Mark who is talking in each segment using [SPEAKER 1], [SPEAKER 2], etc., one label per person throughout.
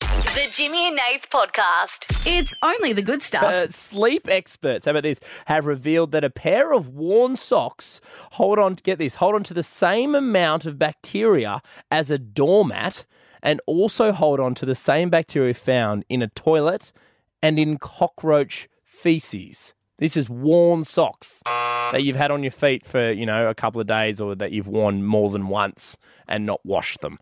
[SPEAKER 1] The Jimmy and Nath Podcast.
[SPEAKER 2] It's only the good stuff.
[SPEAKER 3] Uh, sleep experts, how about this, have revealed that a pair of worn socks hold on, get this, hold on to the same amount of bacteria as a doormat and also hold on to the same bacteria found in a toilet and in cockroach feces. This is worn socks that you've had on your feet for, you know, a couple of days or that you've worn more than once and not washed them.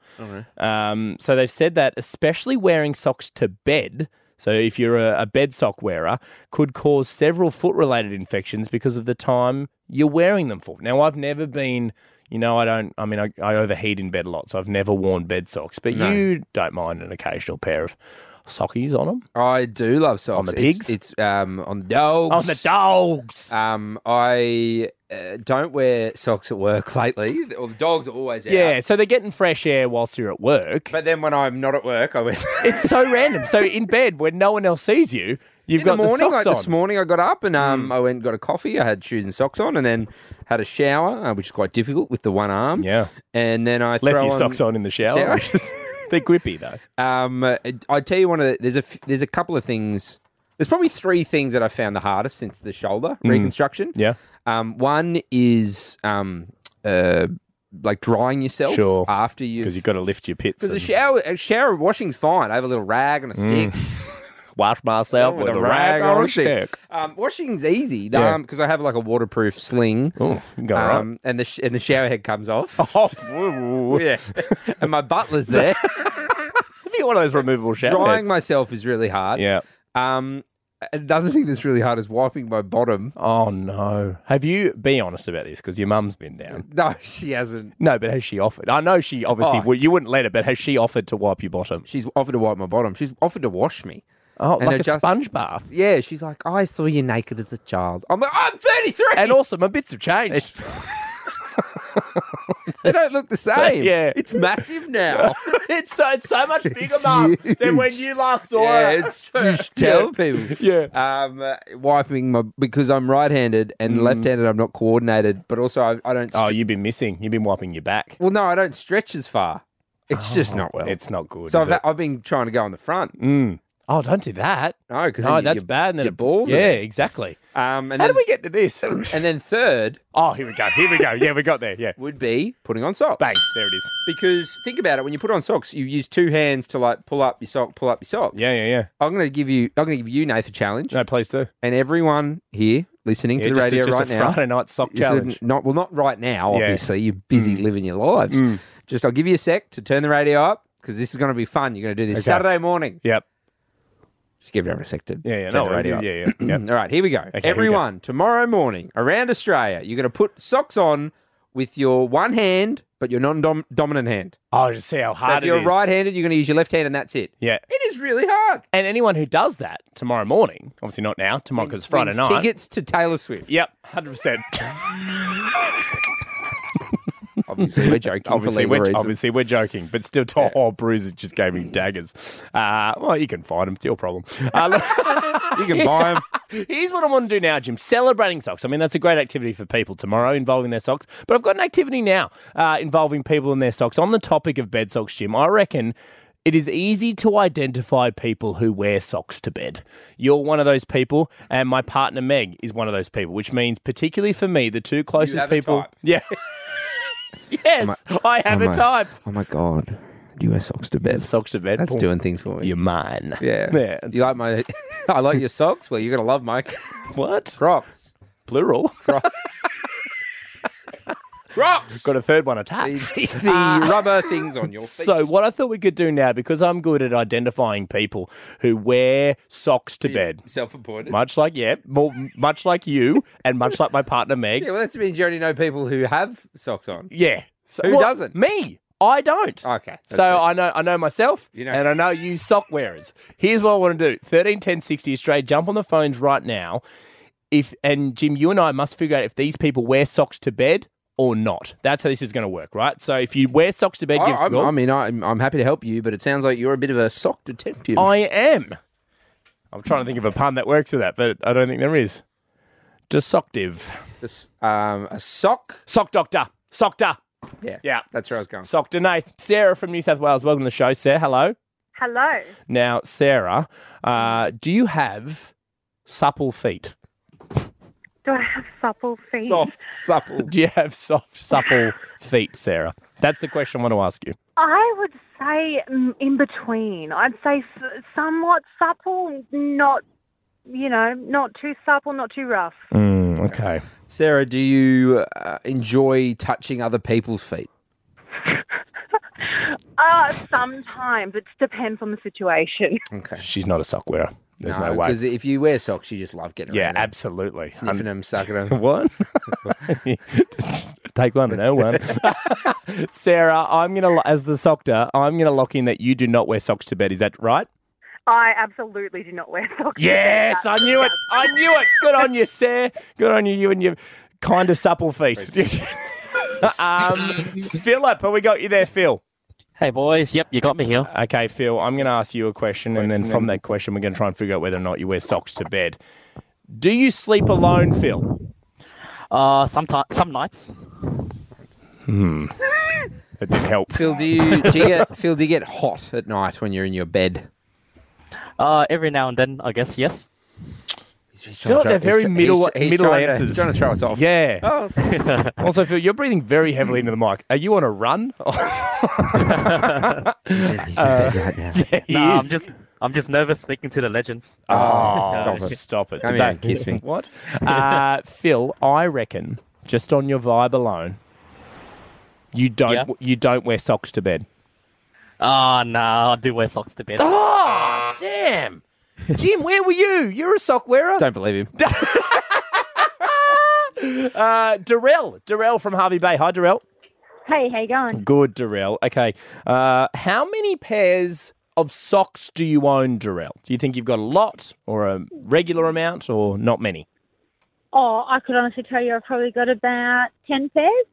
[SPEAKER 3] Um, so they've said that especially wearing socks to bed, so if you're a, a bed sock wearer, could cause several foot related infections because of the time you're wearing them for. Now, I've never been, you know, I don't, I mean, I, I overheat in bed a lot, so I've never worn bed socks, but you don't mind an occasional pair of sockies on them.
[SPEAKER 4] I do love socks.
[SPEAKER 3] the
[SPEAKER 4] It's-
[SPEAKER 3] pigs?
[SPEAKER 4] It's, um, on the dogs.
[SPEAKER 3] On Oh, the dogs.
[SPEAKER 4] Um, I uh, don't wear socks at work lately. Or the dogs are always out.
[SPEAKER 3] Yeah, so they're getting fresh air whilst you're at work.
[SPEAKER 4] But then when I'm not at work, I wear.
[SPEAKER 3] it's so random. So in bed, when no one else sees you, you've
[SPEAKER 4] in
[SPEAKER 3] got
[SPEAKER 4] the morning,
[SPEAKER 3] socks
[SPEAKER 4] like
[SPEAKER 3] on. Hmm.
[SPEAKER 4] this morning, I got up and um, I went and got a coffee. I had shoes and socks on, and then had a shower, uh, which is quite difficult with the one arm.
[SPEAKER 3] Yeah.
[SPEAKER 4] and then I
[SPEAKER 3] Left
[SPEAKER 4] throw
[SPEAKER 3] your
[SPEAKER 4] on,
[SPEAKER 3] socks on in the shower.
[SPEAKER 4] shower.
[SPEAKER 3] which is- they're grippy though.
[SPEAKER 4] Um, uh, I tell you one of the, there's a f- there's a couple of things. There's probably three things that I found the hardest since the shoulder reconstruction.
[SPEAKER 3] Hmm. Yeah.
[SPEAKER 4] Um, one is um, uh, like drying yourself
[SPEAKER 3] Sure.
[SPEAKER 4] after you
[SPEAKER 3] Because you've got to lift your pits.
[SPEAKER 4] Because a
[SPEAKER 3] and
[SPEAKER 4] shower, a shower washing's fine. I have a little rag
[SPEAKER 3] Hmm.
[SPEAKER 4] and a stick.
[SPEAKER 3] wash myself with, a rag, or a stick.
[SPEAKER 4] Um, washing's easy Um,
[SPEAKER 3] Yeah.
[SPEAKER 4] because I have like a waterproof sling.
[SPEAKER 3] Oh, go
[SPEAKER 4] Um, and the sh- and the shower head comes off.
[SPEAKER 3] Oh,
[SPEAKER 4] yeah, and my butler's there.
[SPEAKER 3] If you one of those removable shower
[SPEAKER 4] Drying
[SPEAKER 3] heads.
[SPEAKER 4] myself is really hard.
[SPEAKER 3] Yeah.
[SPEAKER 4] Um, another thing that's really hard is wiping my bottom.
[SPEAKER 3] Oh no. Have you? Be honest about this, because your mum's been down.
[SPEAKER 4] No, she hasn't.
[SPEAKER 3] No, but has she offered? I know she obviously
[SPEAKER 4] Oh.
[SPEAKER 3] would. You wouldn't let her, but has she offered to wipe your bottom?
[SPEAKER 4] She's offered to wipe my bottom. She's offered to wash me.
[SPEAKER 3] Oh,
[SPEAKER 4] And
[SPEAKER 3] like a
[SPEAKER 4] adjust-
[SPEAKER 3] sponge bath.
[SPEAKER 4] Yeah, she's like, I saw you naked as a child. I'm like, I'm 33.
[SPEAKER 3] And also, my bits have changed.
[SPEAKER 4] they don't look the same.
[SPEAKER 3] Yeah.
[SPEAKER 4] it's massive now.
[SPEAKER 3] it's so it's so much bigger,
[SPEAKER 4] It's
[SPEAKER 3] mum,
[SPEAKER 4] huge.
[SPEAKER 3] than when you last saw
[SPEAKER 4] yeah,
[SPEAKER 3] her.
[SPEAKER 4] it's you should tell people.
[SPEAKER 3] Yeah.
[SPEAKER 4] Um, uh, wiping my because I'm right-handed and left-handed. I'm not coordinated, but also I, I don't.
[SPEAKER 3] Mm. Oh,
[SPEAKER 4] stre-
[SPEAKER 3] you've been missing. You've been wiping your back.
[SPEAKER 4] well, no, I don't stretch as far. It's just not well.
[SPEAKER 3] Oh, It's not good.
[SPEAKER 4] so
[SPEAKER 3] is
[SPEAKER 4] I've,
[SPEAKER 3] it?
[SPEAKER 4] I've been trying to go on the front.
[SPEAKER 3] Mm. Oh, don't do that.
[SPEAKER 4] No, because
[SPEAKER 3] No, that's bad. And then
[SPEAKER 4] your
[SPEAKER 3] it
[SPEAKER 4] balls in
[SPEAKER 3] Yeah,
[SPEAKER 4] it.
[SPEAKER 3] exactly.
[SPEAKER 4] Um, and
[SPEAKER 3] How
[SPEAKER 4] then,
[SPEAKER 3] do we get to this?
[SPEAKER 4] and then third
[SPEAKER 3] oh, here we go. Here we go. Yeah, we got there. Yeah.
[SPEAKER 4] would be putting on socks.
[SPEAKER 3] Bang. There it is.
[SPEAKER 4] Because think about it, when you put on socks, you use two hands to like pull up your sock, pull up your sock.
[SPEAKER 3] Yeah, yeah, yeah.
[SPEAKER 4] I'm going to give you, I'm going to give you Nath a challenge,
[SPEAKER 3] No, please do.
[SPEAKER 4] and everyone here listening
[SPEAKER 3] Yeah,
[SPEAKER 4] to the
[SPEAKER 3] just, a-
[SPEAKER 4] radio
[SPEAKER 3] just
[SPEAKER 4] right
[SPEAKER 3] a
[SPEAKER 4] now.
[SPEAKER 3] Friday night sock
[SPEAKER 4] is it
[SPEAKER 3] challenge.
[SPEAKER 4] not well, not right now.
[SPEAKER 3] Yeah. Mm.
[SPEAKER 4] Obviously, you're busy living your lives. Just I'll give you a sec to turn the radio up because this is going to be fun. You're going to do this
[SPEAKER 3] Okay.
[SPEAKER 4] Saturday morning.
[SPEAKER 3] Yep.
[SPEAKER 4] Just give everyone a sec to
[SPEAKER 3] Yeah, yeah.
[SPEAKER 4] turn
[SPEAKER 3] No,
[SPEAKER 4] the
[SPEAKER 3] worries.
[SPEAKER 4] radio
[SPEAKER 3] yeah,
[SPEAKER 4] up.
[SPEAKER 3] yeah, yeah.
[SPEAKER 4] All right, here we go.
[SPEAKER 3] go.
[SPEAKER 4] Everyone, tomorrow morning around Australia, you're going to put socks on with your one hand, but your non-dominant hand.
[SPEAKER 3] Oh, just see how
[SPEAKER 4] So
[SPEAKER 3] hard
[SPEAKER 4] if you're
[SPEAKER 3] it is.
[SPEAKER 4] right-handed, you're going to use your left hand, and that's it.
[SPEAKER 3] Yeah.
[SPEAKER 4] It is really hard.
[SPEAKER 3] And anyone who does that tomorrow morning, obviously not now, tomorrow because it's Friday
[SPEAKER 4] Wins
[SPEAKER 3] night.
[SPEAKER 4] Tickets to Taylor Swift.
[SPEAKER 3] Yep, hundred percent.
[SPEAKER 4] Obviously, we're joking.
[SPEAKER 3] Obviously,
[SPEAKER 4] for legal
[SPEAKER 3] we're
[SPEAKER 4] reasons.
[SPEAKER 3] obviously we're joking, but still, oh, Bruiser just gave me daggers. Uh, well, you can find them. It's your problem. Uh, look-
[SPEAKER 4] you can buy them.
[SPEAKER 3] Here's what I want to do now, Jim. Celebrating socks. I mean, that's a great activity for people tomorrow involving their socks. But I've got an activity now uh, involving people and their socks. On the topic of bed socks, Jim, I reckon it is easy to identify people who wear socks to bed. You're one of those people, and my partner Meg is one of those people, which means, particularly for me, the two closest
[SPEAKER 4] have a
[SPEAKER 3] people.
[SPEAKER 4] type.
[SPEAKER 3] Yeah. yes, I have
[SPEAKER 4] Oh
[SPEAKER 3] a
[SPEAKER 4] my-
[SPEAKER 3] type.
[SPEAKER 4] Oh my god, you wear socks to bed.
[SPEAKER 3] Socks to bed.
[SPEAKER 4] That's
[SPEAKER 3] Boom.
[SPEAKER 4] doing things for me.
[SPEAKER 3] You're mine.
[SPEAKER 4] Yeah.
[SPEAKER 3] Yeah. it's-
[SPEAKER 4] You like my I like your socks? Well, you're gonna love my
[SPEAKER 3] what?
[SPEAKER 4] Crocs.
[SPEAKER 3] Plural.
[SPEAKER 4] Crocs.
[SPEAKER 3] Got a third one attached.
[SPEAKER 4] the, the rubber things on your feet.
[SPEAKER 3] So what I thought we could do now, because I'm good at identifying people who wear socks to bed,
[SPEAKER 4] self-appointed.
[SPEAKER 3] much like yeah, more, much like you, and much like my partner Meg.
[SPEAKER 4] yeah, well that's means you only know people who have socks on.
[SPEAKER 3] Yeah, so,
[SPEAKER 4] Who doesn't?
[SPEAKER 3] Me, I don't.
[SPEAKER 4] Okay. that's
[SPEAKER 3] so
[SPEAKER 4] it.
[SPEAKER 3] I know I know myself,
[SPEAKER 4] You know-
[SPEAKER 3] and I know you sock wearers. Here's what I want to do: thirteen ten sixty straight. Jump on the phones right now. If and Jim, you and I must figure out if these people wear socks to bed or not. That's how this is going to work, right? So if you wear socks to bed,
[SPEAKER 4] I,
[SPEAKER 3] give us a
[SPEAKER 4] I'm-
[SPEAKER 3] call.
[SPEAKER 4] I mean, I'm, I'm happy to help you, but it sounds like you're a bit of a sock detective.
[SPEAKER 3] I am. I'm trying to think of a pun that works with that, but I don't think there is. Desuctive.
[SPEAKER 4] Just, um, a sock.
[SPEAKER 3] Sock doctor. Sock doctor.
[SPEAKER 4] Yeah,
[SPEAKER 3] Yeah.
[SPEAKER 4] that's where I was going.
[SPEAKER 3] Sock Nath. Sarah from New South Wales. Welcome to the show, Sarah. Hello.
[SPEAKER 5] Hello.
[SPEAKER 3] Now, Sarah, uh, do you have supple feet?
[SPEAKER 5] Do I have supple feet?
[SPEAKER 4] Soft, supple.
[SPEAKER 3] Do you have soft, supple feet, Sarah? That's the question I want to ask you.
[SPEAKER 5] I would say mm, in between. I'd say s- somewhat supple, not, you know, not too supple, not too rough.
[SPEAKER 3] Mm, okay.
[SPEAKER 4] Sarah, do you uh, enjoy touching other people's feet?
[SPEAKER 5] Uh, sometimes it depends on the situation.
[SPEAKER 4] Okay.
[SPEAKER 3] She's not a sock wearer. There's no, way.
[SPEAKER 4] Because if you wear socks, you just love getting
[SPEAKER 3] Yeah,
[SPEAKER 4] around them,
[SPEAKER 3] absolutely.
[SPEAKER 4] sniffing them, sucking them.
[SPEAKER 3] What? Take one and no one. Sarah, I'm gonna lo- as the doctor, I'm gonna lock in that you do not wear socks to bed. Is that right?
[SPEAKER 5] I absolutely do not wear socks.
[SPEAKER 3] Yes, I knew it. I knew it. Good on you, Sarah. Good on you, you and your kind of supple feet. um, Philip, have we got you there, Phil?
[SPEAKER 6] Hey boys, yep, you got me here.
[SPEAKER 3] Okay, Phil, I'm going to ask you a question, and then from that question, we're going to try and figure out whether or not you wear socks to bed. Do you sleep alone, Phil?
[SPEAKER 6] Uh, sometimes some nights.
[SPEAKER 7] Hmm.
[SPEAKER 3] That didn't help.
[SPEAKER 4] Phil, do you, do you get Phil? Do you get hot at night when you're in your bed?
[SPEAKER 6] Uh, every now and then, I guess. Yes.
[SPEAKER 4] He's
[SPEAKER 3] feel
[SPEAKER 4] trying
[SPEAKER 3] like
[SPEAKER 4] to
[SPEAKER 3] they're
[SPEAKER 4] throw-
[SPEAKER 3] very
[SPEAKER 4] he's-
[SPEAKER 3] middle-
[SPEAKER 4] he's
[SPEAKER 3] middle
[SPEAKER 4] trying to-
[SPEAKER 3] answers.
[SPEAKER 4] trying to throw us off.
[SPEAKER 3] Yeah.
[SPEAKER 4] Oh, sorry.
[SPEAKER 3] Also, Phil, you're breathing very heavily into the mic. Are you on a run? Uh,
[SPEAKER 4] he's in, he's in bed right now.
[SPEAKER 3] He
[SPEAKER 6] Nah, I'm
[SPEAKER 3] is.
[SPEAKER 6] just I'm just nervous speaking to the legends.
[SPEAKER 3] Oh,
[SPEAKER 4] Stop
[SPEAKER 3] stop it.
[SPEAKER 4] it.
[SPEAKER 3] Stop it.
[SPEAKER 4] Come
[SPEAKER 3] Did
[SPEAKER 4] here
[SPEAKER 3] that-
[SPEAKER 4] and kiss me.
[SPEAKER 3] What? Uh, Phil, I reckon, just on your vibe alone, you don't
[SPEAKER 6] Yeah.
[SPEAKER 3] you don't wear socks to bed.
[SPEAKER 6] Ah, nah, I do wear socks to bed.
[SPEAKER 3] Oh, damn. Jim, where were you? You're a sock wearer.
[SPEAKER 4] Don't believe him.
[SPEAKER 3] Uh, Darrell. Darrell from Harvey Bay. Hi, Darrell.
[SPEAKER 5] Hey, how you going?
[SPEAKER 3] Good, Darrell. Okay. Uh, how many pairs of socks do you own, Darrell? Do you think you've got a lot or a regular amount or not many?
[SPEAKER 5] Oh, I could honestly tell you I've probably got about 10 pairs.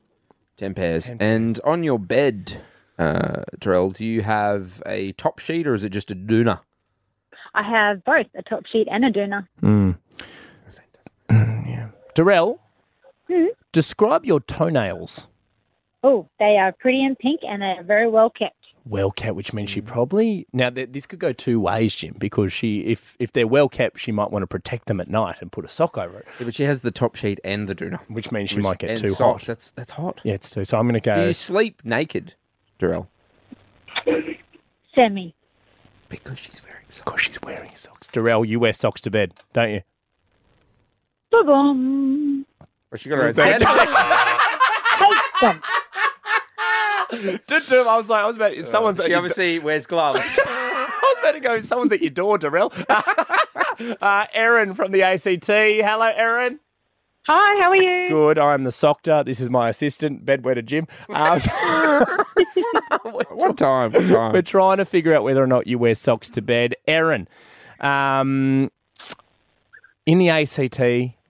[SPEAKER 4] Ten pairs. And on your bed, uh, Terrell, do you have a top sheet or is it just a doona?
[SPEAKER 5] I have both a top sheet and a doona.
[SPEAKER 3] Mm. Darrell,
[SPEAKER 8] Hmm?
[SPEAKER 3] describe your toenails.
[SPEAKER 5] Oh, they are pretty and pink and they are very well kept.
[SPEAKER 3] Well kept, which means she probably Mm. now th- this could go two ways, Jim. Because she, if if they're well kept, she might want to protect them at night and put a sock over it,
[SPEAKER 4] Yeah, but she has the top sheet and the doona.
[SPEAKER 3] which means she might get
[SPEAKER 4] and
[SPEAKER 3] too
[SPEAKER 4] socks.
[SPEAKER 3] hot.
[SPEAKER 4] That's that's hot.
[SPEAKER 3] Yeah, it's too. So I'm going to
[SPEAKER 4] Do
[SPEAKER 3] go.
[SPEAKER 4] you sleep naked, Darrell?
[SPEAKER 5] Semi.
[SPEAKER 4] Because she's wearing socks.
[SPEAKER 3] Because she's wearing socks. Darrell, you wear socks to bed, don't you?
[SPEAKER 5] Boom.
[SPEAKER 4] Well, she got her own sound effect.
[SPEAKER 3] Did do. I was like, I was about. Someone's
[SPEAKER 4] Uh, She obviously wears gloves.
[SPEAKER 3] I was about to go. Someone's at your door, Darrell. uh, Aaron from the ACT. Hello, Aaron.
[SPEAKER 5] Hi, how are you?
[SPEAKER 3] Good. I'm the soctor. This is my assistant, bedwetter Jim. Uh,
[SPEAKER 4] one time, one time.
[SPEAKER 3] we're trying to figure out whether or not you wear socks to bed, Aaron. Um, in the ACT,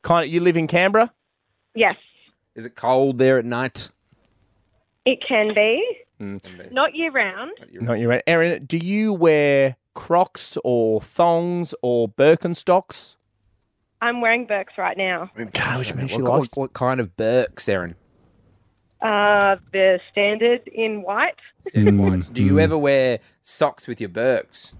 [SPEAKER 3] kind of. You live in Canberra.
[SPEAKER 9] Yes,
[SPEAKER 4] Is it cold there at night?
[SPEAKER 9] it can be.
[SPEAKER 4] Mm.
[SPEAKER 9] Not year round.
[SPEAKER 3] No, you're right. Aaron, do you wear Crocs or thongs or Birkenstocks?
[SPEAKER 9] I'm wearing Birks right now.
[SPEAKER 3] Which means
[SPEAKER 4] What, what, what kind of Birks, Erin?
[SPEAKER 9] Uh, the standard in white.
[SPEAKER 3] Mm.
[SPEAKER 4] Do you ever wear socks with your Birks?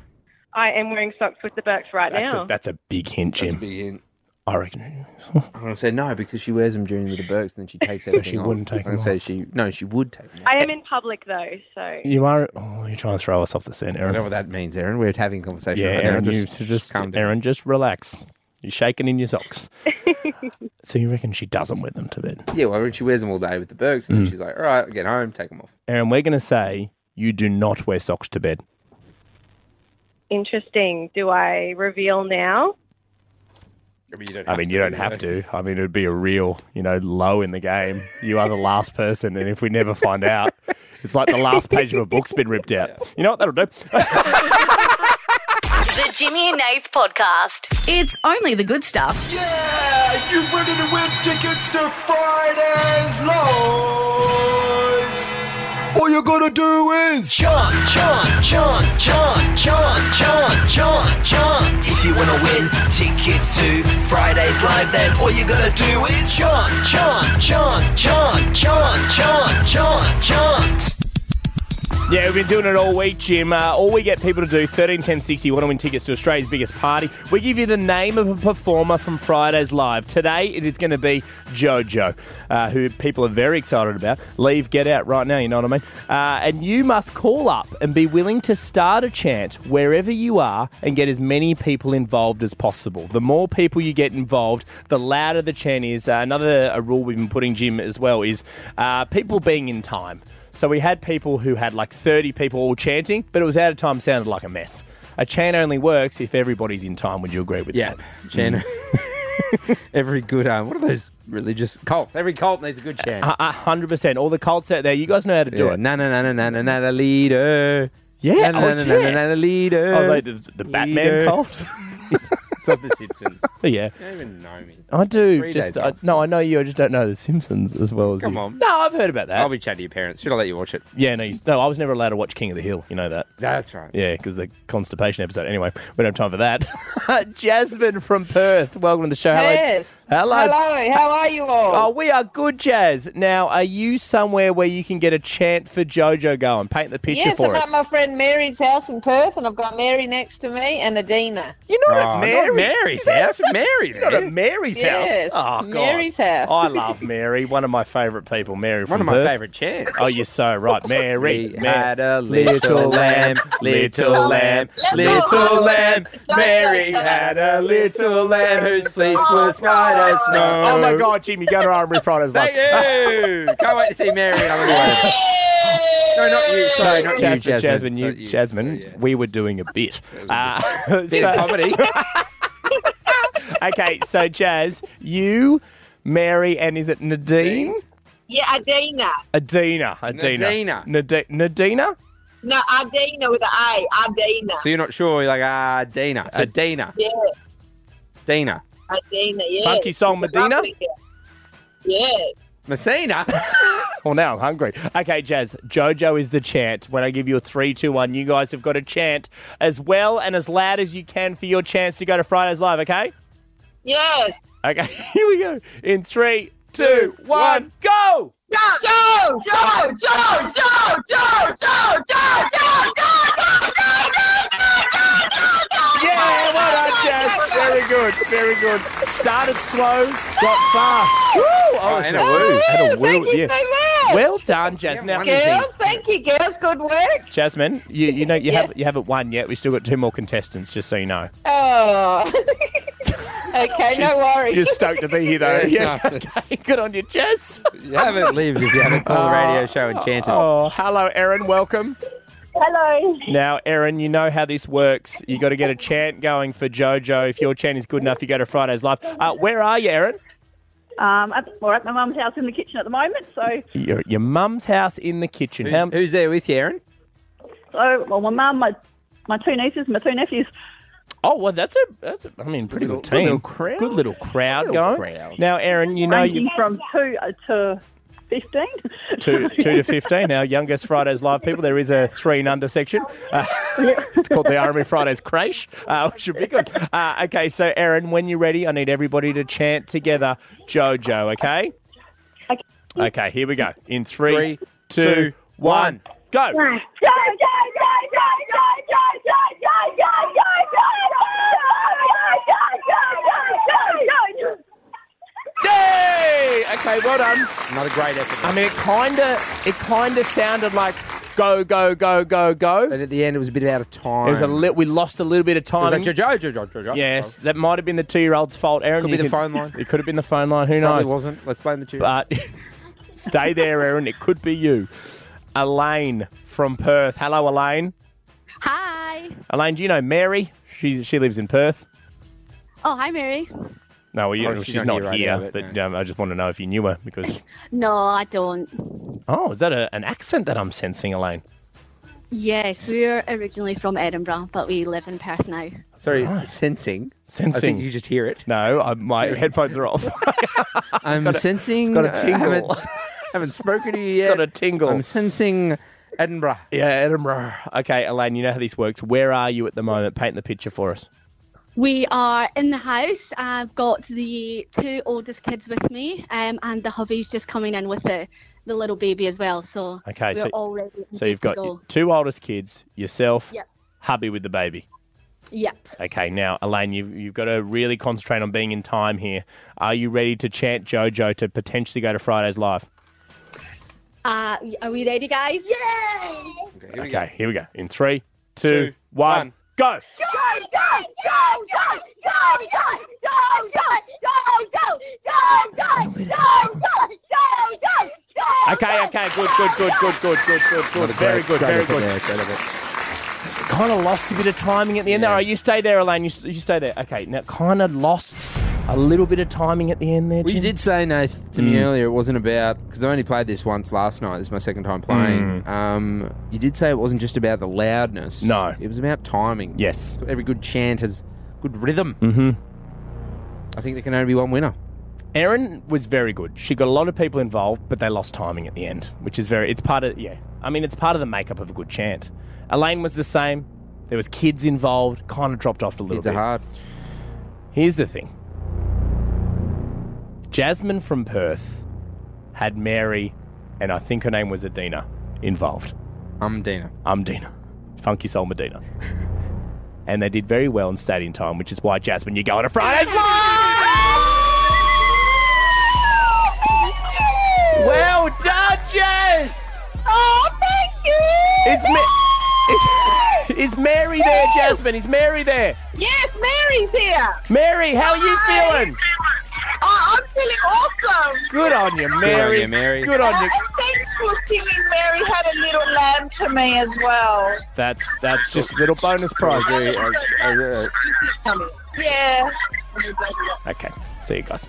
[SPEAKER 9] I am wearing socks with the Birks right
[SPEAKER 3] That's
[SPEAKER 9] now.
[SPEAKER 3] a, that's a big hint,
[SPEAKER 4] That's a
[SPEAKER 3] Jim.
[SPEAKER 4] big hint.
[SPEAKER 3] I reckon.
[SPEAKER 4] I'm gonna say no because she wears them during the Birks, then she takes
[SPEAKER 3] So
[SPEAKER 4] everything
[SPEAKER 3] she
[SPEAKER 4] off.
[SPEAKER 3] wouldn't take
[SPEAKER 4] I'm gonna
[SPEAKER 3] them
[SPEAKER 4] say she no, she would take them. Off.
[SPEAKER 9] I am in public though, so
[SPEAKER 3] You are. Oh, you're trying to throw us off the scent,
[SPEAKER 4] I
[SPEAKER 3] Aaron.
[SPEAKER 4] don't know what that means, Erin. We're having a conversation.
[SPEAKER 3] Yeah,
[SPEAKER 4] right
[SPEAKER 3] Aaron,
[SPEAKER 4] now.
[SPEAKER 3] you just, just
[SPEAKER 4] calm down.
[SPEAKER 3] Aaron, just relax. You're shaking in your socks. so you reckon she doesn't wear them to bed?
[SPEAKER 4] Yeah, well, she wears them all day with the Birks, and
[SPEAKER 3] Hmm.
[SPEAKER 4] then she's like, "All right, I'll get home, take them off."
[SPEAKER 3] Aaron, we're going to say you do not wear socks to bed.
[SPEAKER 9] interesting. Do I reveal now?
[SPEAKER 4] I mean, you don't.
[SPEAKER 3] I mean, you don't have to. I mean, it'd be a real, you know, low in the game. You are the last person, and if we never find out, it's like the last page of a book's been ripped out. You know what that'll do?
[SPEAKER 1] The Jimmy and Nath Podcast.
[SPEAKER 10] It's only the good stuff.
[SPEAKER 11] Yeah, you ready to win tickets to Friday's live? All you gotta do is chant, chant, chant, chant, chant, chant, chant, chant. If you wanna win tickets to Friday's live, then all you gotta do is chant, chant, chant, chant, chant, chant, chant, chant.
[SPEAKER 3] Yeah, we've been doing it all week, Jim. Uh, all we get people to do, 13, 10, 60, want to win tickets to Australia's biggest party. We give you the name of a performer from Friday's Live. Today, it is going to be JoJo, uh, who people are very excited about. Leave, get out right now, you know what I mean? Uh, and you must call up and be willing to start a chant wherever you are and get as many people involved as possible. The more people you get involved, the louder the chant is. Uh, another a rule we've been putting, Jim, as well, is uh, people being in time. So we had people who had like 30 people all chanting, but it was out of time, sounded like a mess. A chant only works if everybody's in time. Would you agree with
[SPEAKER 7] Yeah,
[SPEAKER 3] that? Mm.
[SPEAKER 7] Chan. every good um, what are those religious cults? Every cult needs a good chant.
[SPEAKER 3] A- A hundred percent. All the cults out there, you guys know how to do
[SPEAKER 7] yeah.
[SPEAKER 3] it.
[SPEAKER 7] Na na na na na na na the leader.
[SPEAKER 3] Yeah,
[SPEAKER 7] na
[SPEAKER 3] oh,
[SPEAKER 7] na na na
[SPEAKER 3] yeah.
[SPEAKER 7] na the leader.
[SPEAKER 3] I was like the, the Batman
[SPEAKER 7] Leader.
[SPEAKER 3] cult.
[SPEAKER 7] it's of the Simpsons.
[SPEAKER 3] yeah,
[SPEAKER 7] You don't even know me.
[SPEAKER 3] I do.
[SPEAKER 7] Three
[SPEAKER 3] just
[SPEAKER 7] days
[SPEAKER 3] I,
[SPEAKER 7] off.
[SPEAKER 3] no, I know you. I just don't know the Simpsons as well as
[SPEAKER 7] Come
[SPEAKER 3] you.
[SPEAKER 7] on.
[SPEAKER 3] No, I've heard about that.
[SPEAKER 7] I'll be chatting to your parents. Should I let you watch it?
[SPEAKER 3] yeah, no, you, no, I was never allowed to watch King of the Hill. You know that.
[SPEAKER 7] That's right.
[SPEAKER 3] Yeah, because the constipation episode. Anyway, we don't have time for that. Jasmine from Perth, welcome to the show. Hello.
[SPEAKER 12] Yes.
[SPEAKER 3] Hello.
[SPEAKER 12] Hello. How are you
[SPEAKER 3] Oh,
[SPEAKER 12] all?
[SPEAKER 3] we are good, Jazz. Now, are you somewhere where you can get a chant for JoJo going? Paint the picture
[SPEAKER 12] yes,
[SPEAKER 3] for
[SPEAKER 12] I'm
[SPEAKER 3] us.
[SPEAKER 12] at my friend Mary's house in Perth, and I've got Mary next to me and Adina.
[SPEAKER 3] You're not
[SPEAKER 7] Ah,
[SPEAKER 3] at Mary's.
[SPEAKER 7] Mary's house. Mary
[SPEAKER 3] You're not
[SPEAKER 7] there.
[SPEAKER 3] at Mary's
[SPEAKER 12] Yes,
[SPEAKER 3] house. Oh, God.
[SPEAKER 12] Mary's house.
[SPEAKER 3] I love Mary. One of my favourite people, Mary from
[SPEAKER 7] One of my
[SPEAKER 3] Perth.
[SPEAKER 7] favourite chants.
[SPEAKER 3] Oh, you're so right. Mary.
[SPEAKER 7] We
[SPEAKER 3] Mary.
[SPEAKER 7] had a little lamb, little lamb, little lamb. Mary had a little lamb whose fleece was white as snow.
[SPEAKER 3] Oh, my God, Jim, you're going to Armory Fridays
[SPEAKER 7] Thank
[SPEAKER 3] Live.
[SPEAKER 7] you. Can't wait to see Mary in another one. No, not you. Sorry, not
[SPEAKER 3] Jasmine,
[SPEAKER 7] you, Jasmine.
[SPEAKER 3] Jasmine, you,
[SPEAKER 7] Not you.
[SPEAKER 3] Jasmine,
[SPEAKER 7] Sorry, yeah.
[SPEAKER 3] we were doing a bit. Uh,
[SPEAKER 7] Bit
[SPEAKER 3] so-
[SPEAKER 7] of comedy.
[SPEAKER 3] okay, so Jazz, you, Mary, and is it Nadine?
[SPEAKER 12] Yeah, Adina.
[SPEAKER 3] Adina. Adina.
[SPEAKER 7] Nadina.
[SPEAKER 3] Nadina. Nadina?
[SPEAKER 12] No, Adina with an A. Adina.
[SPEAKER 7] So you're not sure? You're like, ah, Dina. So Dina.
[SPEAKER 12] Yeah,
[SPEAKER 7] Dina.
[SPEAKER 12] Adina. Yeah.
[SPEAKER 3] Funky song, Medina?
[SPEAKER 12] Yes.
[SPEAKER 7] Messina.
[SPEAKER 3] Well, now I'm hungry. Okay, Jazz, JoJo is the chant. When I give you a three, two, one, you guys have got to chant as well and as loud as you can for your chance to go to Friday's Live, okay?
[SPEAKER 12] Yes.
[SPEAKER 3] Okay, here we go. In three, two, one, go!
[SPEAKER 12] Joe. Joe. Joe. Joe. Joe. Joe. Joe. Joe.
[SPEAKER 3] Yeah, well done, Jazz. Very good, very good. Started slow, got fast. Woo! Oh,
[SPEAKER 7] and a woo.
[SPEAKER 3] And a woo,
[SPEAKER 12] Thank you
[SPEAKER 3] yeah.
[SPEAKER 12] so much.
[SPEAKER 3] Well done, Jazz.
[SPEAKER 7] Yeah,
[SPEAKER 3] Now,
[SPEAKER 7] wonderful.
[SPEAKER 12] girls, thank you, girls. Good work.
[SPEAKER 3] Jasmine, you, you know you
[SPEAKER 12] Yeah.
[SPEAKER 3] have you haven't won yet. We've still got two more contestants, just so you know.
[SPEAKER 12] Oh. okay, no worries.
[SPEAKER 3] You're stoked to be here though.
[SPEAKER 7] Yeah,
[SPEAKER 3] Yeah, okay. Good on you, Jess.
[SPEAKER 7] you haven't lived if you haven't called the radio show and chanted.
[SPEAKER 3] Oh, hello, Erin. Welcome.
[SPEAKER 9] Hello.
[SPEAKER 3] Now, Erin, you know how this works. You got to get a chant going for JoJo. If your chant is good enough, you go to Friday's Live. Uh, where are you, Erin?
[SPEAKER 9] Um, I'm- we're at my mum's house in the kitchen at the moment, so
[SPEAKER 3] Your your mum's house in the kitchen.
[SPEAKER 7] Who's,
[SPEAKER 3] How-
[SPEAKER 7] who's there with you, Aaron?
[SPEAKER 9] so well, my mum, my my two nieces, my two nephews.
[SPEAKER 3] oh, well, that's a that's a, I mean, pretty
[SPEAKER 7] Good
[SPEAKER 3] good
[SPEAKER 7] little-
[SPEAKER 3] team.
[SPEAKER 7] good little crowd.
[SPEAKER 3] Good little crowd
[SPEAKER 7] Good little
[SPEAKER 3] going.
[SPEAKER 7] crowd.
[SPEAKER 3] Now, Erin, you know
[SPEAKER 9] ranging
[SPEAKER 3] you
[SPEAKER 9] from two uh, to fifteen.
[SPEAKER 3] two, two to 15, our youngest Fridays Live people. There is a three and under section. Uh, it's called the Army Fridays Crash, uh, which should be good. Uh, okay, so, Aaron, when you're ready, I need everybody to chant together JoJo, okay?
[SPEAKER 9] Okay.
[SPEAKER 3] Okay, here we go. In three,
[SPEAKER 7] Three,
[SPEAKER 3] two, one,
[SPEAKER 7] two,
[SPEAKER 3] go.
[SPEAKER 7] one.
[SPEAKER 3] Yay! Okay, well done.
[SPEAKER 7] Another great effort.
[SPEAKER 3] I mean, it kind of it kind of sounded like go, go, go, go, go.
[SPEAKER 7] and at the end, it was a bit out of time.
[SPEAKER 3] It was a lit. We lost a little bit of
[SPEAKER 7] It
[SPEAKER 3] time.
[SPEAKER 7] was like, jo, jo, jo, jo, jo, jo.
[SPEAKER 3] Yes, that might have been the two-year-old's fault, Aaron.
[SPEAKER 7] Could
[SPEAKER 3] you
[SPEAKER 7] be the phone line.
[SPEAKER 3] It could have been the phone line. Who
[SPEAKER 7] Probably
[SPEAKER 3] knows?
[SPEAKER 7] wasn't. Let's blame the children.
[SPEAKER 3] But stay there, Aaron. It could be you. Elaine from Perth. Hello, Elaine.
[SPEAKER 13] Hi.
[SPEAKER 3] Elaine, do you know Mary? She she lives in Perth.
[SPEAKER 13] Oh, hi, Mary.
[SPEAKER 3] No, well, you,
[SPEAKER 7] Oh,
[SPEAKER 3] she's,
[SPEAKER 7] she's
[SPEAKER 3] not
[SPEAKER 7] not
[SPEAKER 3] here,
[SPEAKER 7] here right now, but
[SPEAKER 3] but
[SPEAKER 7] no.
[SPEAKER 3] um, I just want to know if you knew her because.
[SPEAKER 13] No, I don't.
[SPEAKER 3] Oh, is that a, an accent that I'm sensing, Elaine?
[SPEAKER 13] Yes, we're originally from Edinburgh, but we live in Perth now.
[SPEAKER 7] Sorry, sensing. I
[SPEAKER 3] Sensing.
[SPEAKER 7] think you just hear it.
[SPEAKER 3] No, I, my headphones are off.
[SPEAKER 7] I'm sensing.
[SPEAKER 3] got a tingle.
[SPEAKER 7] I haven't, haven't spoken to you yet.
[SPEAKER 3] Got a tingle.
[SPEAKER 7] I'm sensing Edinburgh.
[SPEAKER 3] yeah, Edinburgh. Okay, Elaine, you know how this works. Where are you at the moment? Paint the picture for us.
[SPEAKER 13] We are in the house. I've got the two oldest kids with me, um, and the hubby's just coming in with the, the little baby as well. So
[SPEAKER 3] Okay,
[SPEAKER 13] we're
[SPEAKER 3] so-
[SPEAKER 13] all ready. and
[SPEAKER 3] So
[SPEAKER 13] good
[SPEAKER 3] you've
[SPEAKER 13] to
[SPEAKER 3] got
[SPEAKER 13] go.
[SPEAKER 3] your two oldest kids, yourself,
[SPEAKER 13] Yep.
[SPEAKER 3] hubby with the baby.
[SPEAKER 13] Yep.
[SPEAKER 3] Okay, now Elaine, you've you've got to really concentrate on being in time here. Are you ready to chant JoJo to potentially go to Friday's live?
[SPEAKER 13] Uh, are we ready, guys? Yay!
[SPEAKER 3] okay, here we go. In three, two, one, go! Okay, okay, good, good, good, good, good, good, good, good. Very good, very good. Kind of lost a bit of timing at the end there. Oh, you stay there, Elaine. You, s- you stay there. Okay, now kind of lost a little bit of timing at the end there.
[SPEAKER 4] Well, you
[SPEAKER 3] Jim.
[SPEAKER 4] did say, Nath, to me
[SPEAKER 3] Mm.
[SPEAKER 4] earlier, it wasn't about, because I only played this once last night. This is my second time playing.
[SPEAKER 3] Hmm.
[SPEAKER 4] Um, you did say it wasn't just about the loudness. No. It was about timing.
[SPEAKER 3] Yes.
[SPEAKER 4] So every good chant has good rhythm.
[SPEAKER 3] Mm-hmm.
[SPEAKER 4] I think there can only be one winner.
[SPEAKER 3] Erin was very good. She got a lot of people involved, but they lost timing at the end, which is very. It's part of yeah. I mean, it's part of the makeup of a good chant. Elaine was the same. There was kids involved. Kind of dropped off a little
[SPEAKER 4] Kids are
[SPEAKER 3] bit. hard. Here's the thing. Jasmine from Perth had Mary, and I think her name was Adina involved.
[SPEAKER 4] Umdina.
[SPEAKER 3] Umdina. Funky Soul Medina. and they did very well and stayed in time, which is why Jasmine, you're going to Fridays. Well done, Jess!
[SPEAKER 12] Oh, thank you!
[SPEAKER 3] Is, Ma- is, is Mary there, Jasmine? Is Mary there?
[SPEAKER 12] Yes, Mary's here!
[SPEAKER 3] Mary, how are you
[SPEAKER 12] Hi.
[SPEAKER 3] feeling?
[SPEAKER 12] Oh, I'm feeling awesome!
[SPEAKER 3] Good on you,
[SPEAKER 12] on
[SPEAKER 3] Mary.
[SPEAKER 4] you, Mary.
[SPEAKER 3] Good on you.
[SPEAKER 12] And thanks for singing Mary Had a Little Lamb to me as well.
[SPEAKER 3] That's that's uh, just a little bonus prize.
[SPEAKER 12] Yeah.
[SPEAKER 3] Okay, see you guys.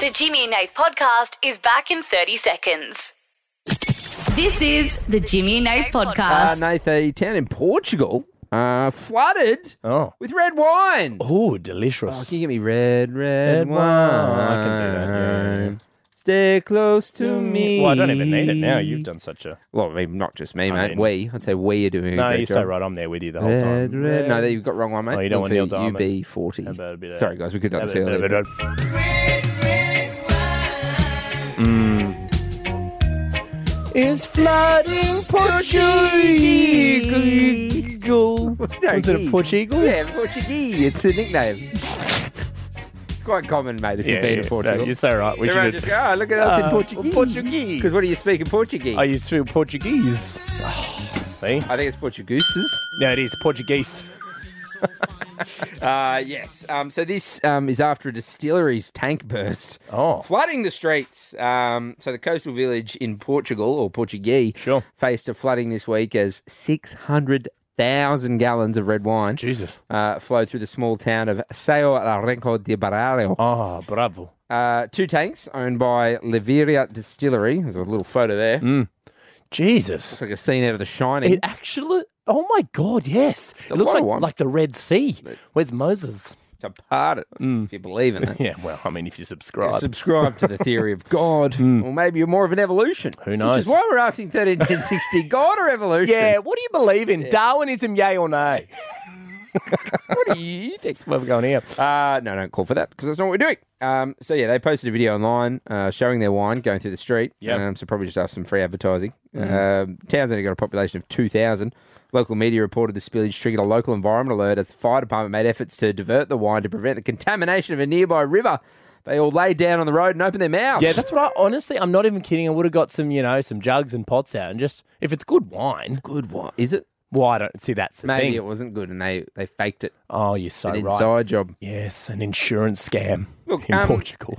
[SPEAKER 1] The Jimmy and Nath podcast is back in 30 seconds. This is the Jimmy and Nath
[SPEAKER 4] Uh,
[SPEAKER 1] podcast.
[SPEAKER 4] Nath, a town in Portugal uh, flooded
[SPEAKER 3] oh.
[SPEAKER 4] with red wine.
[SPEAKER 3] Oh, delicious.
[SPEAKER 4] can you get me red, red,
[SPEAKER 3] Red
[SPEAKER 4] wine?
[SPEAKER 3] wine. I can do that, yeah, yeah, yeah.
[SPEAKER 4] Stay close to me.
[SPEAKER 3] Well, I don't even need it now. You've done such a.
[SPEAKER 4] Well, I mean, not just me,
[SPEAKER 3] I
[SPEAKER 4] mate.
[SPEAKER 3] mean-
[SPEAKER 4] we. I'd say we are doing a
[SPEAKER 3] No,
[SPEAKER 4] great
[SPEAKER 3] you're
[SPEAKER 4] job.
[SPEAKER 3] so right. I'm there with you the whole
[SPEAKER 4] red,
[SPEAKER 3] time.
[SPEAKER 4] Red. No, you've got wrong one, mate.
[SPEAKER 3] Oh, you don't want Neil Diamond. How about a bit
[SPEAKER 4] UB40.
[SPEAKER 3] of-
[SPEAKER 4] Sorry, guys, we could
[SPEAKER 3] How
[SPEAKER 4] have done this
[SPEAKER 3] about a bit
[SPEAKER 4] earlier.
[SPEAKER 3] of- Mm. Is flooding Portugal? Was it a Portugal?
[SPEAKER 4] Yeah, Portuguese. It's a nickname. it's quite common, mate, if
[SPEAKER 3] Yeah,
[SPEAKER 4] you've been
[SPEAKER 3] yeah.
[SPEAKER 4] to
[SPEAKER 3] No,
[SPEAKER 4] Portugal.
[SPEAKER 3] you're so right. We
[SPEAKER 4] Everyone
[SPEAKER 3] should've-
[SPEAKER 4] just go, oh, look at us
[SPEAKER 3] Uh,
[SPEAKER 4] in Portuguese.
[SPEAKER 3] Portuguese.
[SPEAKER 4] Because what do you speak in Portuguese?
[SPEAKER 3] Oh, you speak Portuguese. See?
[SPEAKER 4] I think it's Portuguese.
[SPEAKER 3] No, it is Portuguese.
[SPEAKER 4] Uh, yes. Um, so this um, is after a distillery's tank burst,
[SPEAKER 3] Oh.
[SPEAKER 4] flooding the streets. Um, so the coastal village in Portugal or Portuguese
[SPEAKER 3] Sure.
[SPEAKER 4] faced a flooding this week as six hundred thousand gallons of red wine
[SPEAKER 3] Jesus.
[SPEAKER 4] uh, flowed through the small town of Seo Renco de Baralho.
[SPEAKER 3] Oh, bravo.
[SPEAKER 4] Uh, two tanks owned by Liveria Distillery. There's a little photo there.
[SPEAKER 3] Mm.
[SPEAKER 4] It's
[SPEAKER 3] Jesus.
[SPEAKER 4] like a scene out of The Shining.
[SPEAKER 3] It actually. Oh my God! Yes,
[SPEAKER 4] a
[SPEAKER 3] it
[SPEAKER 4] lot
[SPEAKER 3] looks
[SPEAKER 4] of
[SPEAKER 3] like,
[SPEAKER 4] wine.
[SPEAKER 3] like the Red Sea. Where's Moses?
[SPEAKER 4] to part it, if you believe in it.
[SPEAKER 3] Yeah, well, I mean, if you subscribe,
[SPEAKER 4] Hmm. subscribe to the theory of God, or maybe you're more of an evolution.
[SPEAKER 3] Who
[SPEAKER 4] Which
[SPEAKER 3] knows?
[SPEAKER 4] is why we're asking 1360 God or evolution?
[SPEAKER 3] yeah. What do you believe in? Darwinism, yay or nay?
[SPEAKER 4] What do you think?
[SPEAKER 3] That's where we're going here.
[SPEAKER 4] Uh, no, don't call for that because that's not what we're doing. Um, so, yeah, they posted a video online uh, showing their wine going through the street.
[SPEAKER 3] Yep. Mm-hmm.
[SPEAKER 4] Um, so, probably just after some free advertising. Um, town's only got a population of 2,000. Local media reported the spillage triggered a local environment alert as the fire department made efforts to divert the wine to prevent the contamination of a nearby river. They all lay down on the road and open their mouths.
[SPEAKER 3] Yeah, that's what I honestly. I'm not even kidding. I would have got some, you know, some jugs and pots out, and just if it's good wine,
[SPEAKER 4] good wine. Is it?
[SPEAKER 3] well, I don't see that's the
[SPEAKER 4] Maybe
[SPEAKER 3] thing.
[SPEAKER 4] it wasn't good, and they they faked it.
[SPEAKER 3] oh, you're so
[SPEAKER 4] an
[SPEAKER 3] right.
[SPEAKER 4] inside job.
[SPEAKER 3] Yes, an insurance scam
[SPEAKER 4] Look,
[SPEAKER 3] in
[SPEAKER 4] um,
[SPEAKER 3] Portugal.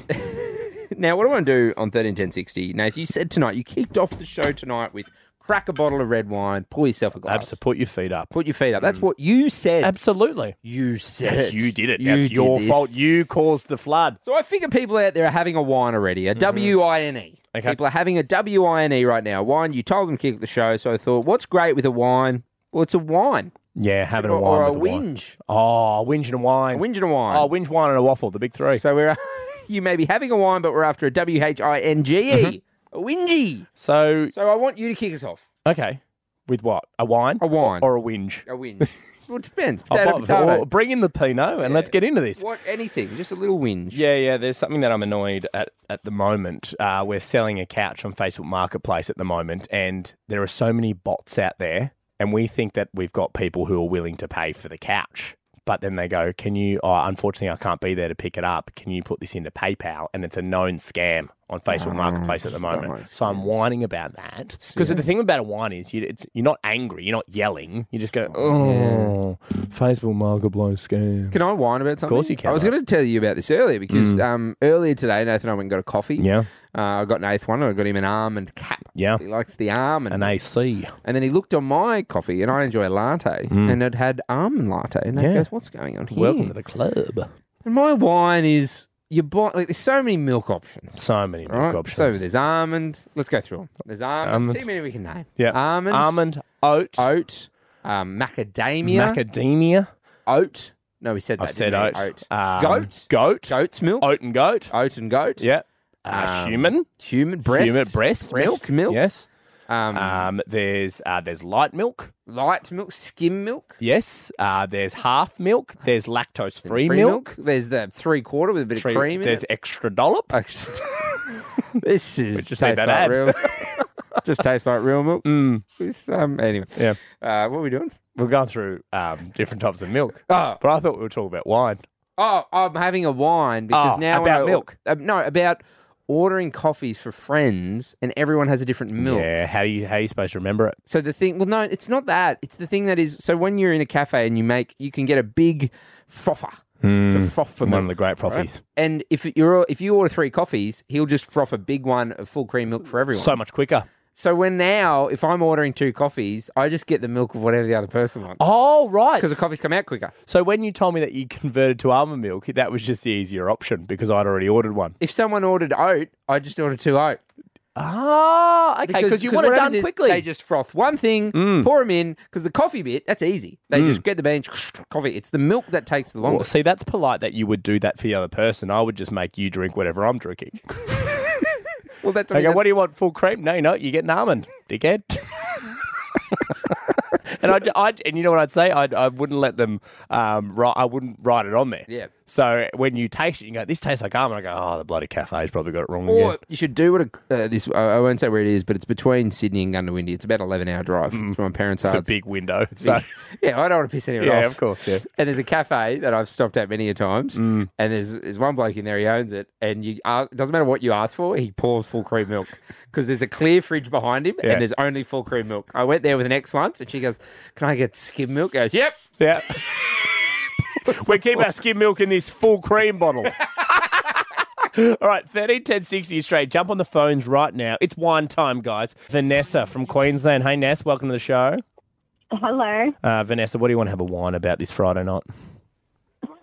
[SPEAKER 4] Now, what I want to do on thirteen ten sixty? Now, if you said tonight, you kicked off the show tonight with crack a bottle of red wine, pour yourself a glass,
[SPEAKER 3] Abs, put your feet up.
[SPEAKER 4] put your feet up. That's what you said.
[SPEAKER 3] Absolutely.
[SPEAKER 4] you said
[SPEAKER 3] Yes, you did it.
[SPEAKER 4] You
[SPEAKER 3] that's
[SPEAKER 4] did
[SPEAKER 3] your
[SPEAKER 4] this.
[SPEAKER 3] fault. You caused the flood. Mm-hmm.
[SPEAKER 4] So I figure people out there are having a wine already, a W-I-N-E.
[SPEAKER 3] Okay.
[SPEAKER 4] E. People are having a W-I-N-E E right now. Wine. You told them to kick the show, so I thought, what's great with a wine? Well, it's a wine
[SPEAKER 3] Yeah, having
[SPEAKER 4] or,
[SPEAKER 3] a wine
[SPEAKER 4] or a
[SPEAKER 3] with the wine.
[SPEAKER 4] whinge,
[SPEAKER 3] Oh, whinge and wine.
[SPEAKER 4] a whinge and a wine.
[SPEAKER 3] Oh, whinge wine and a waffle. The big three.
[SPEAKER 4] So we're you may be having a wine, but we're after a W H I N G E, a wingy.
[SPEAKER 3] So
[SPEAKER 4] So I want you to kick us off.
[SPEAKER 3] okay. With what? A wine?
[SPEAKER 4] A wine.
[SPEAKER 3] Or, or a whinge?
[SPEAKER 4] A whinge. well, it depends.
[SPEAKER 3] Oh,
[SPEAKER 4] Potato,
[SPEAKER 3] Bob,
[SPEAKER 4] potato.
[SPEAKER 3] well, Bring in the Pinot and let's get into this.
[SPEAKER 4] What? Anything? Just a little whinge.
[SPEAKER 3] Yeah, yeah. There's something that I'm annoyed at at the moment. Uh, we're selling a couch on Facebook Marketplace at the moment, and there are so many bots out there, and we think that we've got people who are willing to pay for the couch. But then they go, "Can you? Oh, unfortunately, I can't be there to pick it up. Can you put this into PayPal?" And it's a known scam on
[SPEAKER 4] Ah,
[SPEAKER 3] Facebook Marketplace at the moment. so I'm whining about that because the thing about a wine is you, it's, you're not angry, you're not yelling, you just go, "Oh, Facebook Marketplace scam."
[SPEAKER 4] Can I whine about something?
[SPEAKER 3] course you can,
[SPEAKER 4] I was
[SPEAKER 3] mate.
[SPEAKER 4] going to tell you about this earlier because
[SPEAKER 3] Mm.
[SPEAKER 4] um, earlier today, Nathan and I went and got a coffee.
[SPEAKER 3] Yeah.
[SPEAKER 4] Uh, I got an eighth one and I got him an almond cap.
[SPEAKER 3] Yeah.
[SPEAKER 4] He likes the almond.
[SPEAKER 3] An AC.
[SPEAKER 4] And then he looked on my coffee and I enjoy a latte
[SPEAKER 3] Mm.
[SPEAKER 4] and it had almond latte. And Nathan
[SPEAKER 3] Yeah.
[SPEAKER 4] goes, what's going on here?
[SPEAKER 3] Welcome to the club.
[SPEAKER 4] And my wine is you buy like there's so many milk options.
[SPEAKER 3] So many milk
[SPEAKER 4] right?
[SPEAKER 3] options.
[SPEAKER 4] So there's almond. Let's go through them. There's almond.
[SPEAKER 3] Almond.
[SPEAKER 4] See how many we can name.
[SPEAKER 3] Yeah.
[SPEAKER 4] Almond.
[SPEAKER 3] Almond, oat,
[SPEAKER 4] Oat. Um, macadamia.
[SPEAKER 3] macadamia.
[SPEAKER 4] oat. No, we said that.
[SPEAKER 3] I've said
[SPEAKER 4] didn't
[SPEAKER 3] oat.
[SPEAKER 4] we?
[SPEAKER 3] Um,
[SPEAKER 4] goat.
[SPEAKER 3] Goat.
[SPEAKER 4] Goat's milk.
[SPEAKER 3] Oat and goat.
[SPEAKER 4] Oat and goat.
[SPEAKER 3] Yeah.
[SPEAKER 4] Um,
[SPEAKER 3] Uh, human.
[SPEAKER 4] Human breast.
[SPEAKER 3] Human breast.
[SPEAKER 4] Breast milk.
[SPEAKER 3] Yes.
[SPEAKER 4] Um,
[SPEAKER 3] Um, there's uh, there's light milk.
[SPEAKER 4] light milk. Skim milk.
[SPEAKER 3] Yes. Uh, there's half milk. There's lactose free
[SPEAKER 4] Free
[SPEAKER 3] milk.
[SPEAKER 4] There's the three quarter with a bit
[SPEAKER 3] Free-
[SPEAKER 4] of cream in
[SPEAKER 3] there's
[SPEAKER 4] it.
[SPEAKER 3] extra dollop.
[SPEAKER 4] this is
[SPEAKER 3] just
[SPEAKER 4] just tastes
[SPEAKER 3] need
[SPEAKER 4] like
[SPEAKER 3] that ad.
[SPEAKER 4] real. just tastes like real milk.
[SPEAKER 3] Mm.
[SPEAKER 4] With, um, anyway,
[SPEAKER 3] Yeah.
[SPEAKER 4] uh, what are we doing?
[SPEAKER 3] We're going through um, different types of milk.
[SPEAKER 4] Oh,
[SPEAKER 3] But I thought we were talking about wine.
[SPEAKER 4] oh, I'm having a wine because
[SPEAKER 3] Oh,
[SPEAKER 4] now when
[SPEAKER 3] about
[SPEAKER 4] I-
[SPEAKER 3] milk.
[SPEAKER 4] Uh, no, about ordering coffees for friends, and everyone has a different milk.
[SPEAKER 3] Yeah. How do you how are you supposed to remember it?
[SPEAKER 4] So the thing, well, no, it's not that. It's the thing that is. So when you're in a cafe and you make, you can get a big frother to froth for
[SPEAKER 3] From Hmm. one of
[SPEAKER 4] milk,
[SPEAKER 3] the great
[SPEAKER 4] right?
[SPEAKER 3] frothies.
[SPEAKER 4] And if you're if you order three coffees, he'll just froth a big one of full cream milk for everyone.
[SPEAKER 3] So much quicker.
[SPEAKER 4] So when now, if I'm ordering two coffees, I just get the milk of whatever the other person wants
[SPEAKER 3] Oh right.
[SPEAKER 4] because the coffees come out quicker.
[SPEAKER 3] So when you told me that you converted to almond milk, that was just the easier option because I'd already ordered one.
[SPEAKER 4] If someone ordered oat, I just order two oat.
[SPEAKER 3] Ah, okay, because you want
[SPEAKER 4] what
[SPEAKER 3] it
[SPEAKER 4] happens
[SPEAKER 3] done
[SPEAKER 4] is
[SPEAKER 3] quickly.
[SPEAKER 4] They just froth one thing,
[SPEAKER 3] Mm.
[SPEAKER 4] pour them in, because the coffee bit that's easy. They just get the bench coffee. It's the milk that takes the
[SPEAKER 3] well,
[SPEAKER 4] longest.
[SPEAKER 3] see, that's polite that you would do that for the other person. I would just make you drink whatever I'm drinking.
[SPEAKER 4] Well, that's
[SPEAKER 3] I go, what
[SPEAKER 4] that's-
[SPEAKER 3] do you want, full cream? No, no, you get an almond, dickhead. and I, I, and you know what I'd say? I'd, I wouldn't let them. Um, write, I wouldn't write it on there.
[SPEAKER 4] Yeah.
[SPEAKER 3] So when you taste it, you go, "This tastes like almond." I go, "Oh, the bloody cafe's probably got it wrong."
[SPEAKER 4] Or
[SPEAKER 3] again."
[SPEAKER 4] you should do what a, uh, this. I I won't say where it is, but it's between Sydney and Gundawindi. It's about eleven hour drive. It's where my parents
[SPEAKER 3] Mm. It's
[SPEAKER 4] are.
[SPEAKER 3] a big window. So,
[SPEAKER 4] big- yeah, I don't want to piss anyone off.
[SPEAKER 3] yeah, of course, yeah. Mm.
[SPEAKER 4] And there's a cafe that I've stopped at many a times, and there's there's one bloke in there. He owns it, and you ask, it doesn't matter what you ask for, he pours full cream milk because there's a clear fridge behind him,
[SPEAKER 3] Yeah.
[SPEAKER 4] and there's only full cream milk. I went there with an ex once, and she goes, "Can I get skim milk?" I goes, "Yep."
[SPEAKER 3] Yeah. we keep our skim milk in this full cream bottle. All right, 13 10 60 straight. Jump on the phones right now. It's wine time, guys. Vanessa from Queensland. Hey, Ness, welcome to the show.
[SPEAKER 8] Hello.
[SPEAKER 3] Uh, Vanessa, what do you want to have a wine about this Friday night?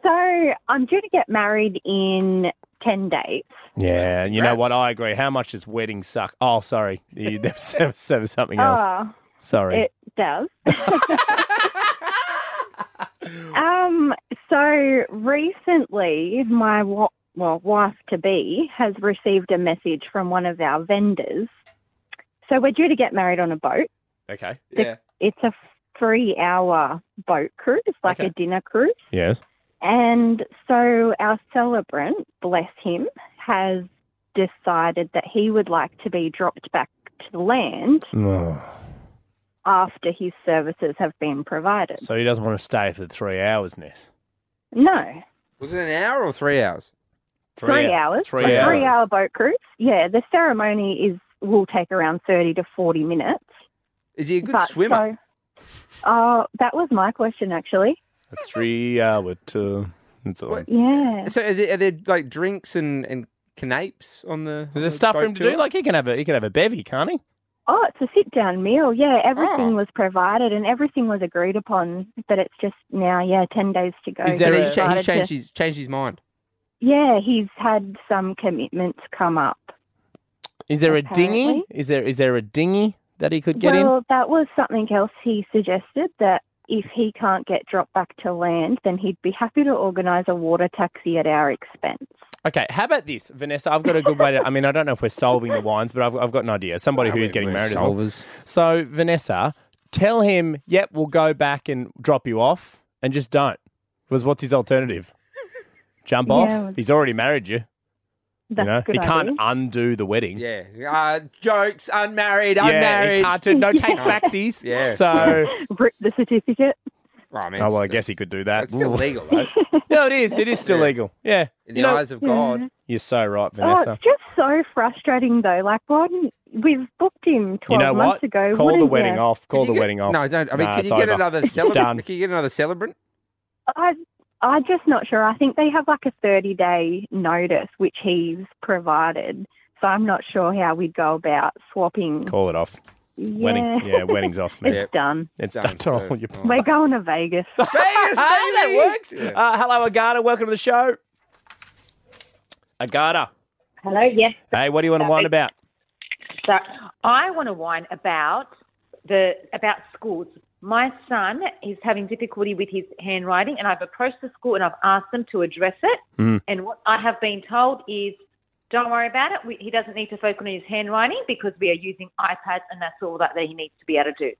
[SPEAKER 8] So I'm due to get married in 10 days.
[SPEAKER 3] Yeah, you know what? I agree. How much does weddings suck? Oh, sorry. You, there, was, there was- there was something else.
[SPEAKER 8] Oh,
[SPEAKER 3] sorry.
[SPEAKER 8] it does. um, so recently, my wa- well, wife to be has received a message from one of our vendors. So we're due to get married on a boat.
[SPEAKER 3] okay.
[SPEAKER 4] Yeah.
[SPEAKER 8] It's a three hour boat cruise, like a
[SPEAKER 3] Okay.
[SPEAKER 8] dinner cruise.
[SPEAKER 3] Yes.
[SPEAKER 8] And so our celebrant, bless him, has decided that he would like to be dropped back to land
[SPEAKER 3] Oh.
[SPEAKER 8] after his services have been provided.
[SPEAKER 3] So he doesn't want to stay for three hours, Ness.
[SPEAKER 8] No,
[SPEAKER 4] Was it an hour or three hours?
[SPEAKER 8] three, hours.
[SPEAKER 3] Three
[SPEAKER 8] a
[SPEAKER 3] hours.
[SPEAKER 8] three hour boat cruise. Yeah, the ceremony is will take around 30 to 40 minutes.
[SPEAKER 4] Is he a good
[SPEAKER 8] But
[SPEAKER 4] swimmer?
[SPEAKER 8] So, uh, that was my question, actually.
[SPEAKER 3] A three hour tour. That's all.
[SPEAKER 4] What-
[SPEAKER 8] Yeah.
[SPEAKER 4] So, are there, are there like drinks and and canapes on the?
[SPEAKER 3] Is there stuff for him to do? Like he can have a he can have a bevy, can't he?
[SPEAKER 8] Oh, it's a sit down meal. Yeah, everything
[SPEAKER 4] Oh.
[SPEAKER 8] was provided and everything was agreed upon, but it's just now, yeah, 10 days to go.
[SPEAKER 4] Is there?
[SPEAKER 8] He
[SPEAKER 4] He's, cha-
[SPEAKER 8] decided
[SPEAKER 4] he's
[SPEAKER 8] to-
[SPEAKER 4] changed his changed his mind.
[SPEAKER 8] Yeah, he's had some commitments come up.
[SPEAKER 3] Is there a dinghy?
[SPEAKER 8] Apparently.
[SPEAKER 3] Is there is there a dinghy that he could get
[SPEAKER 8] well, that was something else he suggested that if he can't get dropped back to land, then he'd be happy to organise a water taxi at our expense.
[SPEAKER 3] in? Okay, how about this, Vanessa? I've got a good way to. I mean, I don't know if we're solving the wines, but I've, I've got an idea. Somebody who is getting married. As well.
[SPEAKER 4] Solvers.
[SPEAKER 3] So, Vanessa, tell him, yep, we'll go back and drop you off, and just don't? Was what's his alternative? Jump
[SPEAKER 4] Yeah,
[SPEAKER 3] off?
[SPEAKER 4] well-
[SPEAKER 3] He's already married you.
[SPEAKER 4] That's
[SPEAKER 3] you know?
[SPEAKER 4] good
[SPEAKER 3] he can't
[SPEAKER 4] idea.
[SPEAKER 3] undo the wedding.
[SPEAKER 4] Yeah. Uh, jokes, unmarried,
[SPEAKER 3] Yeah, he
[SPEAKER 4] unmarried.
[SPEAKER 3] can't do- no takes backsies.
[SPEAKER 4] Yeah.
[SPEAKER 3] So-
[SPEAKER 8] Rip the certificate.
[SPEAKER 4] Well, I mean,
[SPEAKER 3] oh, well, I
[SPEAKER 4] it's-
[SPEAKER 3] guess he could do that.
[SPEAKER 4] It's still
[SPEAKER 3] Ooh.
[SPEAKER 4] legal, though.
[SPEAKER 3] no, it is. It is still
[SPEAKER 4] Yeah.
[SPEAKER 3] legal. Yeah.
[SPEAKER 4] In
[SPEAKER 3] You
[SPEAKER 4] the
[SPEAKER 3] know-
[SPEAKER 4] eyes of God.
[SPEAKER 3] You're so right,
[SPEAKER 8] Oh,
[SPEAKER 3] Vanessa.
[SPEAKER 8] it's just so frustrating though. Like, why didn't we've booked him
[SPEAKER 3] you
[SPEAKER 8] twelve
[SPEAKER 3] know
[SPEAKER 8] months
[SPEAKER 3] what?
[SPEAKER 8] ago?
[SPEAKER 3] Call the
[SPEAKER 8] wouldn't
[SPEAKER 3] wedding
[SPEAKER 8] ya?
[SPEAKER 3] off. Call
[SPEAKER 4] Could
[SPEAKER 3] the
[SPEAKER 4] you get-
[SPEAKER 3] wedding off.
[SPEAKER 4] No, don't. I mean,
[SPEAKER 3] Nah,
[SPEAKER 4] can you
[SPEAKER 3] it's
[SPEAKER 4] get
[SPEAKER 3] over.
[SPEAKER 4] another
[SPEAKER 3] It's done.
[SPEAKER 4] celebrant? Can you get another celebrant?
[SPEAKER 8] I, I'm just not sure. I think they have like a 30 day notice, which he's provided. So I'm not sure how we'd go about swapping.
[SPEAKER 3] Call it off. Wedding.
[SPEAKER 8] Yeah.
[SPEAKER 3] Yeah, wedding's off. Man.
[SPEAKER 8] It's done.
[SPEAKER 3] It's done. Oh, you-
[SPEAKER 8] We're going to Vegas.
[SPEAKER 4] Vegas,
[SPEAKER 3] that works. Uh, hello, Agata. Welcome to the show. Agata.
[SPEAKER 14] Hello, yes.
[SPEAKER 3] Hey, what do you want to whine about?
[SPEAKER 14] So I want to whine about the about schools. My son is having difficulty with his handwriting, and I've approached the school and I've asked them to address it. And what I have been told is, don't worry about it. We, he doesn't need to focus on his handwriting because we are using iPads, and that's all that he needs to be able to do.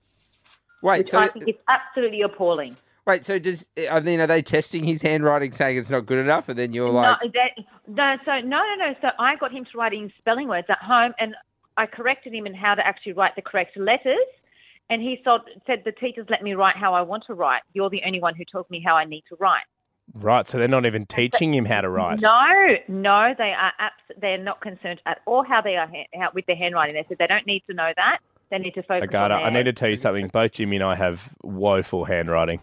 [SPEAKER 4] Wait,
[SPEAKER 14] which
[SPEAKER 4] so-
[SPEAKER 14] I think is absolutely appalling.
[SPEAKER 4] Wait, so does I mean, are they testing his handwriting, saying it's not good enough, and then you're like,
[SPEAKER 14] no, that, no, so no, no, no. So I got him to write in spelling words at home, and I corrected him in how to actually write the correct letters. And he said, said, "The teachers let me write how I want to write. You're the only one who tells me how I need to write."
[SPEAKER 3] Right, so they're not even teaching him how to write.
[SPEAKER 14] No, no, they are abs- They're not concerned at all how they are ha- how, with their handwriting. They said they don't need to know that. They need to focus on
[SPEAKER 3] Agata,
[SPEAKER 14] their
[SPEAKER 3] I need to tell you something. Both Jimmy and I have woeful handwriting.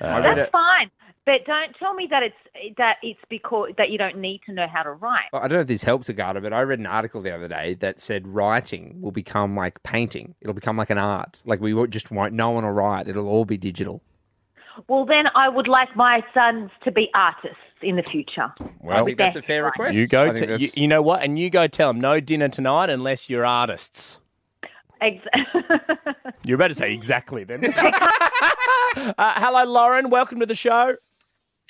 [SPEAKER 3] Uh,
[SPEAKER 14] That's fine, but don't tell me that it's that it's because that you don't need to know how to write.
[SPEAKER 4] I don't know if this helps Agata, but I read an article the other day that said writing will become like painting. It'll become like an art. Like we won't just won't. No one will write. It'll all be digital.
[SPEAKER 14] Well, then I would like my sons to be artists in the future.
[SPEAKER 4] I think that's a fair
[SPEAKER 14] Right.
[SPEAKER 4] request.
[SPEAKER 3] You
[SPEAKER 4] I
[SPEAKER 3] go.
[SPEAKER 4] think
[SPEAKER 3] To, you,
[SPEAKER 4] that's-
[SPEAKER 3] you know what? And you go tell them no dinner tonight unless you're artists.
[SPEAKER 14] Ex-
[SPEAKER 3] You're about to say exactly then. uh, hello, Lauren. Welcome to the show.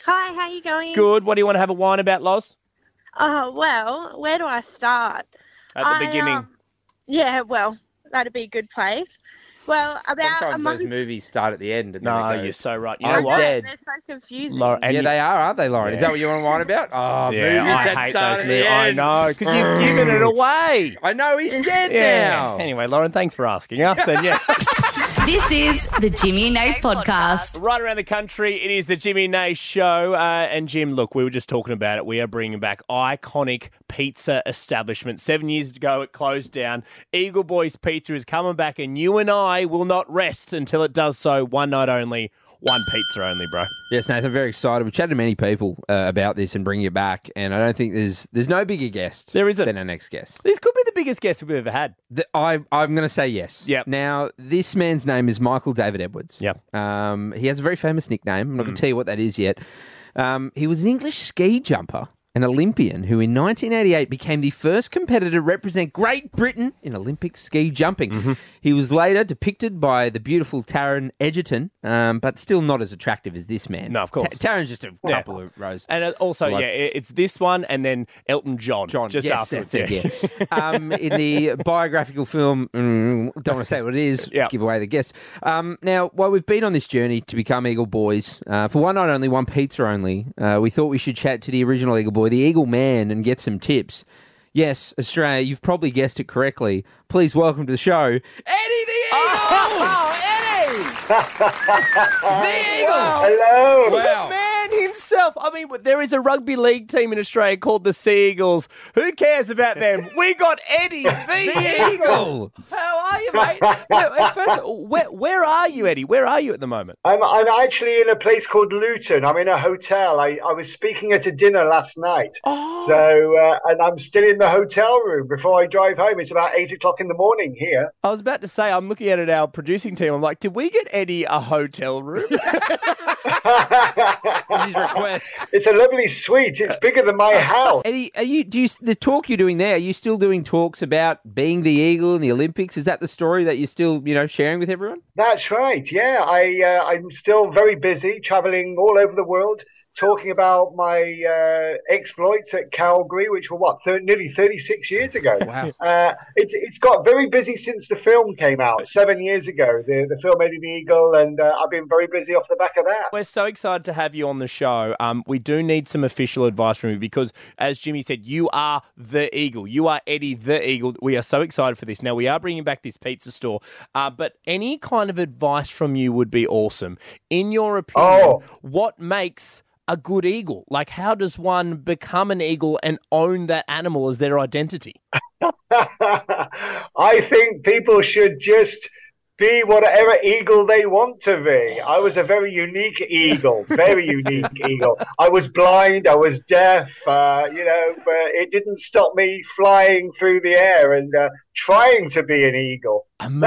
[SPEAKER 15] Hi, how you going?
[SPEAKER 3] Good. What do you want to have a wine about, Loz?
[SPEAKER 15] Oh, well, where do I start?
[SPEAKER 3] At
[SPEAKER 15] I,
[SPEAKER 3] the beginning,
[SPEAKER 15] um, yeah, well, that'd be a good place. Well, about a
[SPEAKER 4] Sometimes
[SPEAKER 15] month.
[SPEAKER 4] those movies start at the end. And
[SPEAKER 3] No,
[SPEAKER 4] then they go,
[SPEAKER 3] you're so right.
[SPEAKER 15] I
[SPEAKER 4] I'm
[SPEAKER 15] know,
[SPEAKER 4] dead.
[SPEAKER 15] They're so confusing.
[SPEAKER 4] Lauren, yeah, they are, aren't they, Lauren? Is that what you want to whine about? Oh,
[SPEAKER 3] Yeah,
[SPEAKER 4] movies
[SPEAKER 3] I
[SPEAKER 4] that
[SPEAKER 3] hate
[SPEAKER 4] start
[SPEAKER 3] those
[SPEAKER 4] at
[SPEAKER 3] movies.
[SPEAKER 4] the
[SPEAKER 3] I
[SPEAKER 4] end.
[SPEAKER 3] know, 'cause you've given it away.
[SPEAKER 4] I know he's dead now.
[SPEAKER 3] Anyway, Lauren, thanks for asking us. And Uh, yeah.
[SPEAKER 1] This is the Jimmy and Nate podcast.
[SPEAKER 3] Right around the country, it is the Jimmy Nay Show. Uh, and Jim, look, we were just talking about it. We are bringing back iconic pizza establishment. Seven years ago, it closed down. Eagle Boys Pizza is coming back, and you and I will not rest until it does so. One night only, one pizza only, bro.
[SPEAKER 4] Yes, Nathan, very excited. We've chatted to many people uh, about this and bringing it back, and I don't think there's there's no bigger guest there isn't. than our next guest.
[SPEAKER 3] This could be the biggest guest we've ever had.
[SPEAKER 4] The, I, I'm going to say yes. Yep. Now, this man's name is Michael David Edwards. Yep. Um, he has a very famous nickname. I'm not going
[SPEAKER 3] Mm.
[SPEAKER 4] to tell you what that is yet. Um, he was an English ski jumper, an Olympian who in 1988 became the first competitor to represent Great Britain in Olympic ski jumping.
[SPEAKER 3] Mm-hmm.
[SPEAKER 4] He was later depicted by the beautiful Taryn Edgerton, um, but still not as attractive as this man. No, of
[SPEAKER 3] course.
[SPEAKER 4] Taryn's just a
[SPEAKER 3] Yeah.
[SPEAKER 4] couple of rows.
[SPEAKER 3] And uh, also,
[SPEAKER 4] Like-
[SPEAKER 3] yeah, it- it's this one and then Elton John. John, just
[SPEAKER 4] yes,
[SPEAKER 3] afterwards.
[SPEAKER 4] that's it, um, in the biographical film. mm, Don't want to say what it is. Give away the guess. Um, now, while we've been on this journey to become Eagle Boys, uh, for one night only, one pizza only, uh, we thought we should chat to the original Eagle Boy, the Eagle Man, and get some tips. Yes, Australia, you've probably guessed it correctly. Please welcome to the show.
[SPEAKER 3] the
[SPEAKER 4] Eagle!
[SPEAKER 3] Hello!
[SPEAKER 4] Wow.
[SPEAKER 3] The man himself. I mean, there is a rugby league team in Australia called the Seagulls. Who cares about them? We got Eddie the,
[SPEAKER 4] Eagle.
[SPEAKER 3] How are you, mate? No, hey, first, where, where are you, Eddie? Where are you at the moment?
[SPEAKER 16] I'm, I'm actually in a place called Luton. I'm in a hotel. I, I was speaking at a dinner last night.
[SPEAKER 3] Oh.
[SPEAKER 16] So, uh, and I'm still in the hotel room before I drive home. It's about eight o'clock in the morning here.
[SPEAKER 3] I was about to say, I'm looking at it, our producing team. I'm like, did we get Eddie a hotel room?
[SPEAKER 4] his request.
[SPEAKER 16] It's a lovely suite. It's bigger than my house.
[SPEAKER 4] Eddie, are you, do you, the talk you're doing there, are you still doing talks about being the Eagle in the Olympics? Is that the story that you're still, you know, sharing with everyone?
[SPEAKER 16] That's right. Yeah, I uh, I'm still very busy traveling all over the world talking about my uh, exploits at Calgary, which were what thir- nearly 36 years ago.
[SPEAKER 17] Wow.
[SPEAKER 16] Uh, it's it's got very busy since the film came out seven years ago. The the film Eddie the Eagle, and uh, I've been very busy off the back of that.
[SPEAKER 3] We're so excited to have you on the show. Um, we do need some official advice from you because, as Jimmy said, you are the Eagle. You are Eddie the Eagle. We are so excited for this. Now, we are bringing back this pizza store, uh, but any kind of advice from you would be awesome. In your opinion, what makes a good eagle? Like, how does one become an eagle and own that animal as their identity?
[SPEAKER 16] I think people should just be whatever eagle they want to be. I was a very unique eagle, very unique eagle. I was blind, I was deaf, uh, you know, but it didn't stop me flying through the air and uh, trying to be an eagle.
[SPEAKER 4] well,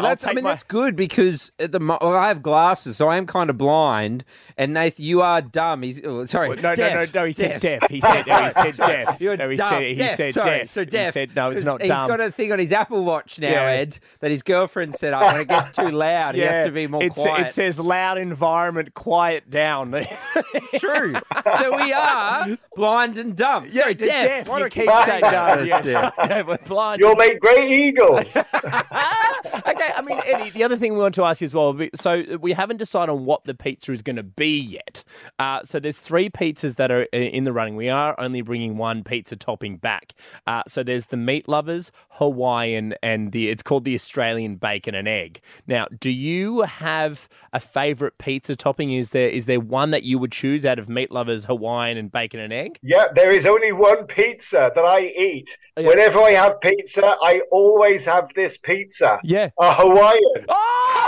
[SPEAKER 4] that's. I mean, that's good because at the mo- well, I have glasses, so I am kind of blind. And Nathan, you are dumb. He's oh, sorry.
[SPEAKER 3] Well, no, no,
[SPEAKER 4] deaf.
[SPEAKER 3] no, no, he said deaf. He said- no, he said
[SPEAKER 4] Sorry.
[SPEAKER 3] deaf.
[SPEAKER 4] You're
[SPEAKER 3] No, he
[SPEAKER 4] dumb.
[SPEAKER 3] said- he
[SPEAKER 4] Deaf,
[SPEAKER 3] said
[SPEAKER 4] sorry.
[SPEAKER 3] deaf.
[SPEAKER 4] So
[SPEAKER 3] He
[SPEAKER 4] deaf.
[SPEAKER 3] said- no, it's
[SPEAKER 4] 'Cause
[SPEAKER 3] not
[SPEAKER 4] He's
[SPEAKER 3] dumb.
[SPEAKER 4] got a thing on his Apple Watch now,
[SPEAKER 3] Yeah.
[SPEAKER 4] Ed, that his girlfriend set up. When it gets too loud, he has to be more
[SPEAKER 3] It's- uh,
[SPEAKER 4] quiet.
[SPEAKER 3] It says loud environment, quiet down.
[SPEAKER 4] it's true. so we are blind and dumb.
[SPEAKER 3] Yeah,
[SPEAKER 4] so
[SPEAKER 3] d-
[SPEAKER 4] deaf.
[SPEAKER 3] deaf.
[SPEAKER 4] What
[SPEAKER 3] You
[SPEAKER 4] a
[SPEAKER 3] keep
[SPEAKER 4] good
[SPEAKER 3] saying
[SPEAKER 4] name.
[SPEAKER 3] dumb,
[SPEAKER 4] That's
[SPEAKER 3] yes.
[SPEAKER 4] it.
[SPEAKER 3] we're blind.
[SPEAKER 16] You'll make great eagles.
[SPEAKER 3] okay, I mean, Eddie, the other thing we want to ask you as well. we- So we haven't decided on what the pizza is going to be yet. Uh, so there's three pizzas that are i- in the running. We are only bringing one pizza topping back. Uh, so there's the meat lovers, Hawaiian, and the it's called the Australian bacon and egg. Now, do you have a favourite pizza topping? Is there is there one that you would choose out of meat lovers, Hawaiian, and bacon and egg?
[SPEAKER 16] Yeah, there is only one pizza that I eat. Whenever I have pizza, I always have this pizza.
[SPEAKER 3] Yeah.
[SPEAKER 16] A Hawaiian.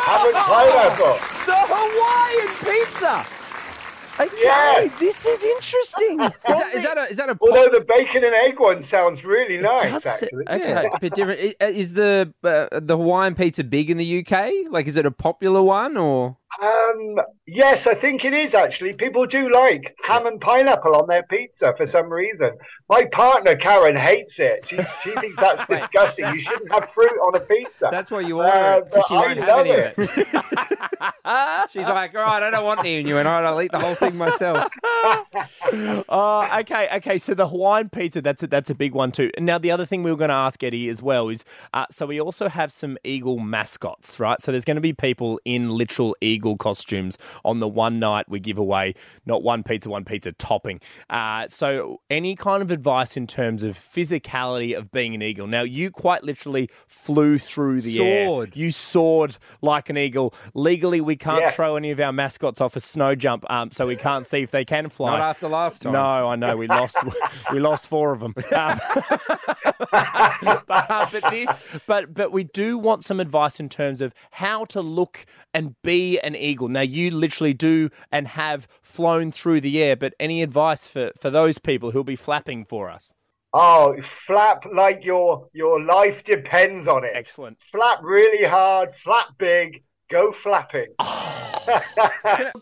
[SPEAKER 16] Haven't pineapple.
[SPEAKER 3] The Hawaiian pizza. Okay,
[SPEAKER 16] Yeah.
[SPEAKER 3] this is interesting. is,
[SPEAKER 4] that, is that a is that a
[SPEAKER 16] Although the bacon and egg one sounds really nice, actually.
[SPEAKER 4] Okay, a bit different. Is, is the uh, the Hawaiian pizza big in the UK? Like, is it a popular one or?
[SPEAKER 16] Um, yes, I think it is actually. People do like ham and pineapple on their pizza for some reason. My partner Karen hates it. She, she thinks that's disgusting. You shouldn't have fruit on a pizza.
[SPEAKER 4] That's why you
[SPEAKER 16] Uh,
[SPEAKER 4] order
[SPEAKER 16] but
[SPEAKER 4] it because she
[SPEAKER 16] I
[SPEAKER 4] won't have
[SPEAKER 16] love
[SPEAKER 4] any
[SPEAKER 16] it.
[SPEAKER 4] of it. She's like, all right, I don't want any, and you went, all right, I'll eat the whole thing myself.
[SPEAKER 3] Oh, okay, okay. So the Hawaiian pizza, that's a, that's a big one too. Now, the other thing we were going to ask Eddie as well is, uh, so we also have some eagle mascots, right? So there's going to be people in literal eagle costumes on the one night we give away not one pizza, one pizza topping. Uh, so any kind of advice in terms of physicality of being an eagle? Now, you quite literally flew through the air.
[SPEAKER 4] Soared.
[SPEAKER 3] You soared like an eagle. Legally, we can't
[SPEAKER 4] Yes.
[SPEAKER 3] throw any of our mascots off a snow jump, um, so we can't see if they can fly.
[SPEAKER 4] Not after last time.
[SPEAKER 3] No, I know we lost. we lost four of them. Um, but, uh, but this, but but we do want some advice in terms of how to look and be an eagle. Now you literally do and have flown through the air. But any advice for for those people who'll be flapping for us?
[SPEAKER 16] Oh, flap like your your life depends on it.
[SPEAKER 3] Excellent.
[SPEAKER 16] Flap really hard, flap big, go flapping.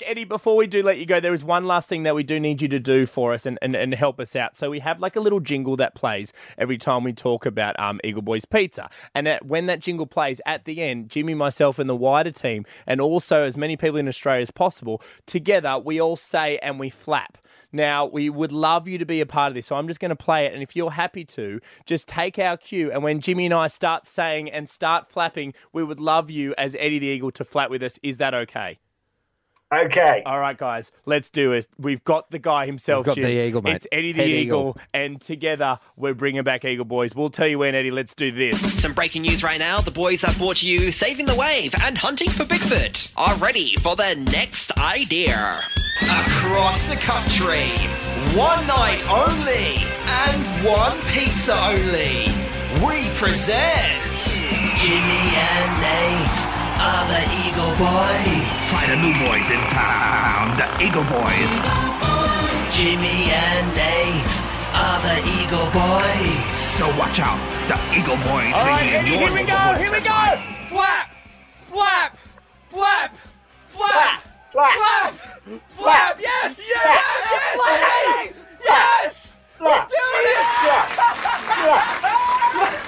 [SPEAKER 3] Eddie, before we do let you go, there is one last thing that we do need you to do for us and, and, and help us out. So we have like a little jingle that plays every time we talk about um, Eagle Boys Pizza. And at, when that jingle plays at the end, Jimmy, myself, and the wider team, and also as many people in Australia as possible, together we all say and we flap. Now, we would love you to be a part of this. So I'm just going to play it. And if you're happy to, just take our cue. And when Jimmy and I start saying and start flapping, we would love you as Eddie the Eagle to flap with us. Is that okay?
[SPEAKER 16] Okay.
[SPEAKER 3] All right, guys, let's do it. We've got the guy
[SPEAKER 4] We've
[SPEAKER 3] himself.
[SPEAKER 4] got
[SPEAKER 3] Jim.
[SPEAKER 4] the eagle, mate.
[SPEAKER 3] It's Eddie the
[SPEAKER 4] Head
[SPEAKER 3] eagle,
[SPEAKER 4] eagle.
[SPEAKER 3] and together we're bringing back Eagle Boys. We'll tell you when, Eddie. Let's do this.
[SPEAKER 11] Some breaking news right now. The boys have brought you Saving the Wave and Hunting for Bigfoot. Are ready for the next idea. Across the country, one night only and one pizza only. We present Jimmy and Nate are the Eagle Boys.
[SPEAKER 18] Find a new boys in town, the Eagle Boys.
[SPEAKER 11] Jimmy and Nate are the Eagle Boys.
[SPEAKER 18] So watch out, the Eagle Boys.
[SPEAKER 11] All right,
[SPEAKER 18] leading
[SPEAKER 11] Eddie,
[SPEAKER 18] your
[SPEAKER 11] here we
[SPEAKER 18] local
[SPEAKER 11] go,
[SPEAKER 18] boys
[SPEAKER 11] here we
[SPEAKER 18] tonight.
[SPEAKER 11] go.
[SPEAKER 4] Flap, flap, flap, flap,
[SPEAKER 16] flap,
[SPEAKER 4] flap, flap. Yes, yes, yes, hey, yes.
[SPEAKER 16] Flap.
[SPEAKER 4] We're doing it.
[SPEAKER 16] Flap.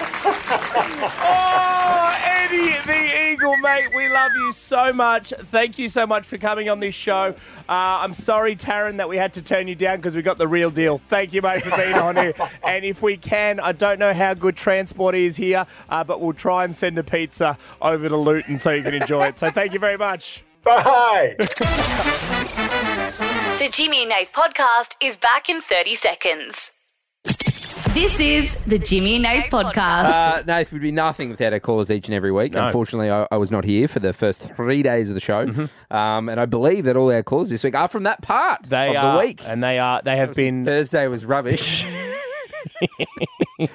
[SPEAKER 4] oh,
[SPEAKER 3] Eddie the Eagle, mate, we love you so much. Thank you so much for coming on this show. Uh, I'm sorry, Taryn, that we had to turn you down because we got the real deal. Thank you, mate, for being on here. And if we can, I don't know how good transport is here, uh, but we'll try and send a pizza over to Luton so you can enjoy it. So thank you very much.
[SPEAKER 16] Bye.
[SPEAKER 1] The Jimmy and Nate podcast is back in 30 seconds. This is the Jimmy and Nate podcast.
[SPEAKER 4] Uh, Nath would be nothing without our callers each and every week.
[SPEAKER 3] No.
[SPEAKER 4] Unfortunately, I, I was not here for the first three days of the show, um, and I believe that all our callers this week are from that part
[SPEAKER 3] Mm-hmm. They
[SPEAKER 4] of
[SPEAKER 3] are,
[SPEAKER 4] the week.
[SPEAKER 3] and they are. They have been.
[SPEAKER 4] Thursday was rubbish.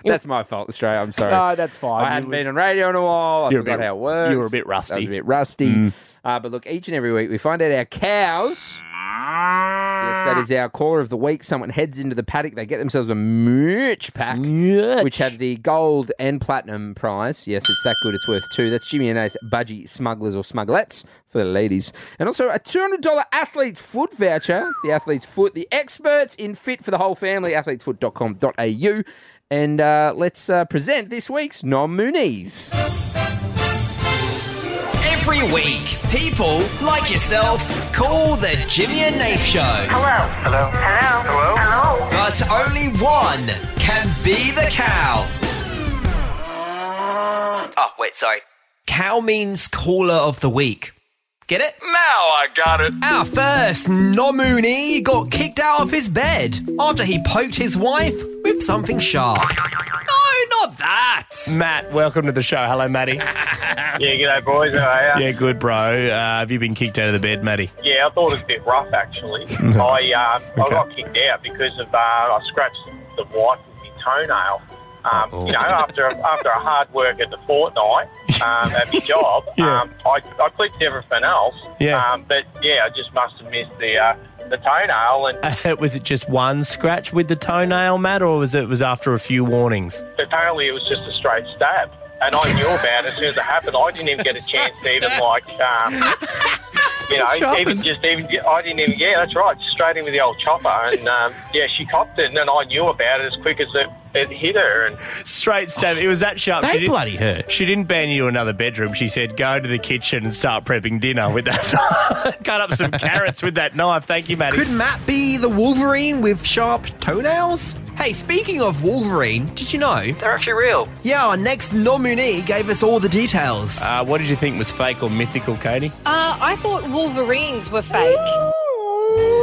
[SPEAKER 4] that's my fault, Australia. I'm sorry.
[SPEAKER 3] No, that's fine.
[SPEAKER 4] I hadn't been on radio in a while. I
[SPEAKER 3] You're a
[SPEAKER 4] forgot
[SPEAKER 3] bit-
[SPEAKER 4] how it works.
[SPEAKER 3] you were a bit rusty. Mm.
[SPEAKER 4] I was a bit rusty. Uh, but look, each and every week we find out our cows. Yes, that is our caller of the week. Someone heads into the paddock. They get themselves a merch pack, which have the gold and platinum prize. Yes, it's that good. It's worth two. That's Jimmy and Nath Budgie Smugglers or Smugglettes for the ladies. And also a $200 athlete's foot voucher. The athlete's foot, the experts in fit for the whole family, athletesfoot.com.au. And uh, let's uh, present this week's nominees.
[SPEAKER 11] Every week, people like yourself call the Jimmy and Nath Show. Hello. Hello. Hello. Hello. But only one can be the cow. Oh, wait, sorry. Cow means caller of the week. Get it? Now I got it. Our first nominee got kicked out of his bed after he poked his wife with something sharp. No, not that.
[SPEAKER 3] Matt, welcome to the show. Hello, Matty.
[SPEAKER 17] yeah, g'day, boys. How are ya?
[SPEAKER 3] Yeah, good, bro. Uh, have you been kicked out of the bed, Matty?
[SPEAKER 17] Yeah, I thought it was a bit rough actually. I um, I got kicked out because of uh, I scratched the wife with my toenail. Um, you know, after after a hard work at the fortnight um, at my job,
[SPEAKER 3] Yeah.
[SPEAKER 17] um, I, I clipped everything else.
[SPEAKER 3] Yeah.
[SPEAKER 17] Um, but yeah, I just must have missed the uh, the toenail, and
[SPEAKER 3] was it just one scratch with the toenail, Matt, or was it was after a few warnings?
[SPEAKER 17] apparently it was just a straight stab. And I knew about it as soon as it happened. I didn't even get a chance to even like, um, you know,
[SPEAKER 3] shopping.
[SPEAKER 17] even just even I didn't even. Yeah, that's right. Straight in with the old chopper, and um, yeah, she copped it, and then I knew about it as quick as it, it hit her. And
[SPEAKER 3] Straight stab. It was that sharp.
[SPEAKER 17] They
[SPEAKER 3] didn't-
[SPEAKER 17] bloody hurt.
[SPEAKER 3] She didn't ban you to another bedroom. She said, go to the kitchen and start prepping dinner with that. Cut up some carrots with that knife. Thank you, Matty.
[SPEAKER 11] Could Matt be the Wolverine with sharp toenails? Hey, speaking of Wolverine, did you know? They're actually real. Yeah, our next nominee gave us all the details.
[SPEAKER 3] Uh, what did you think was fake or mythical, Katie?
[SPEAKER 19] Uh, I thought Wolverines were fake.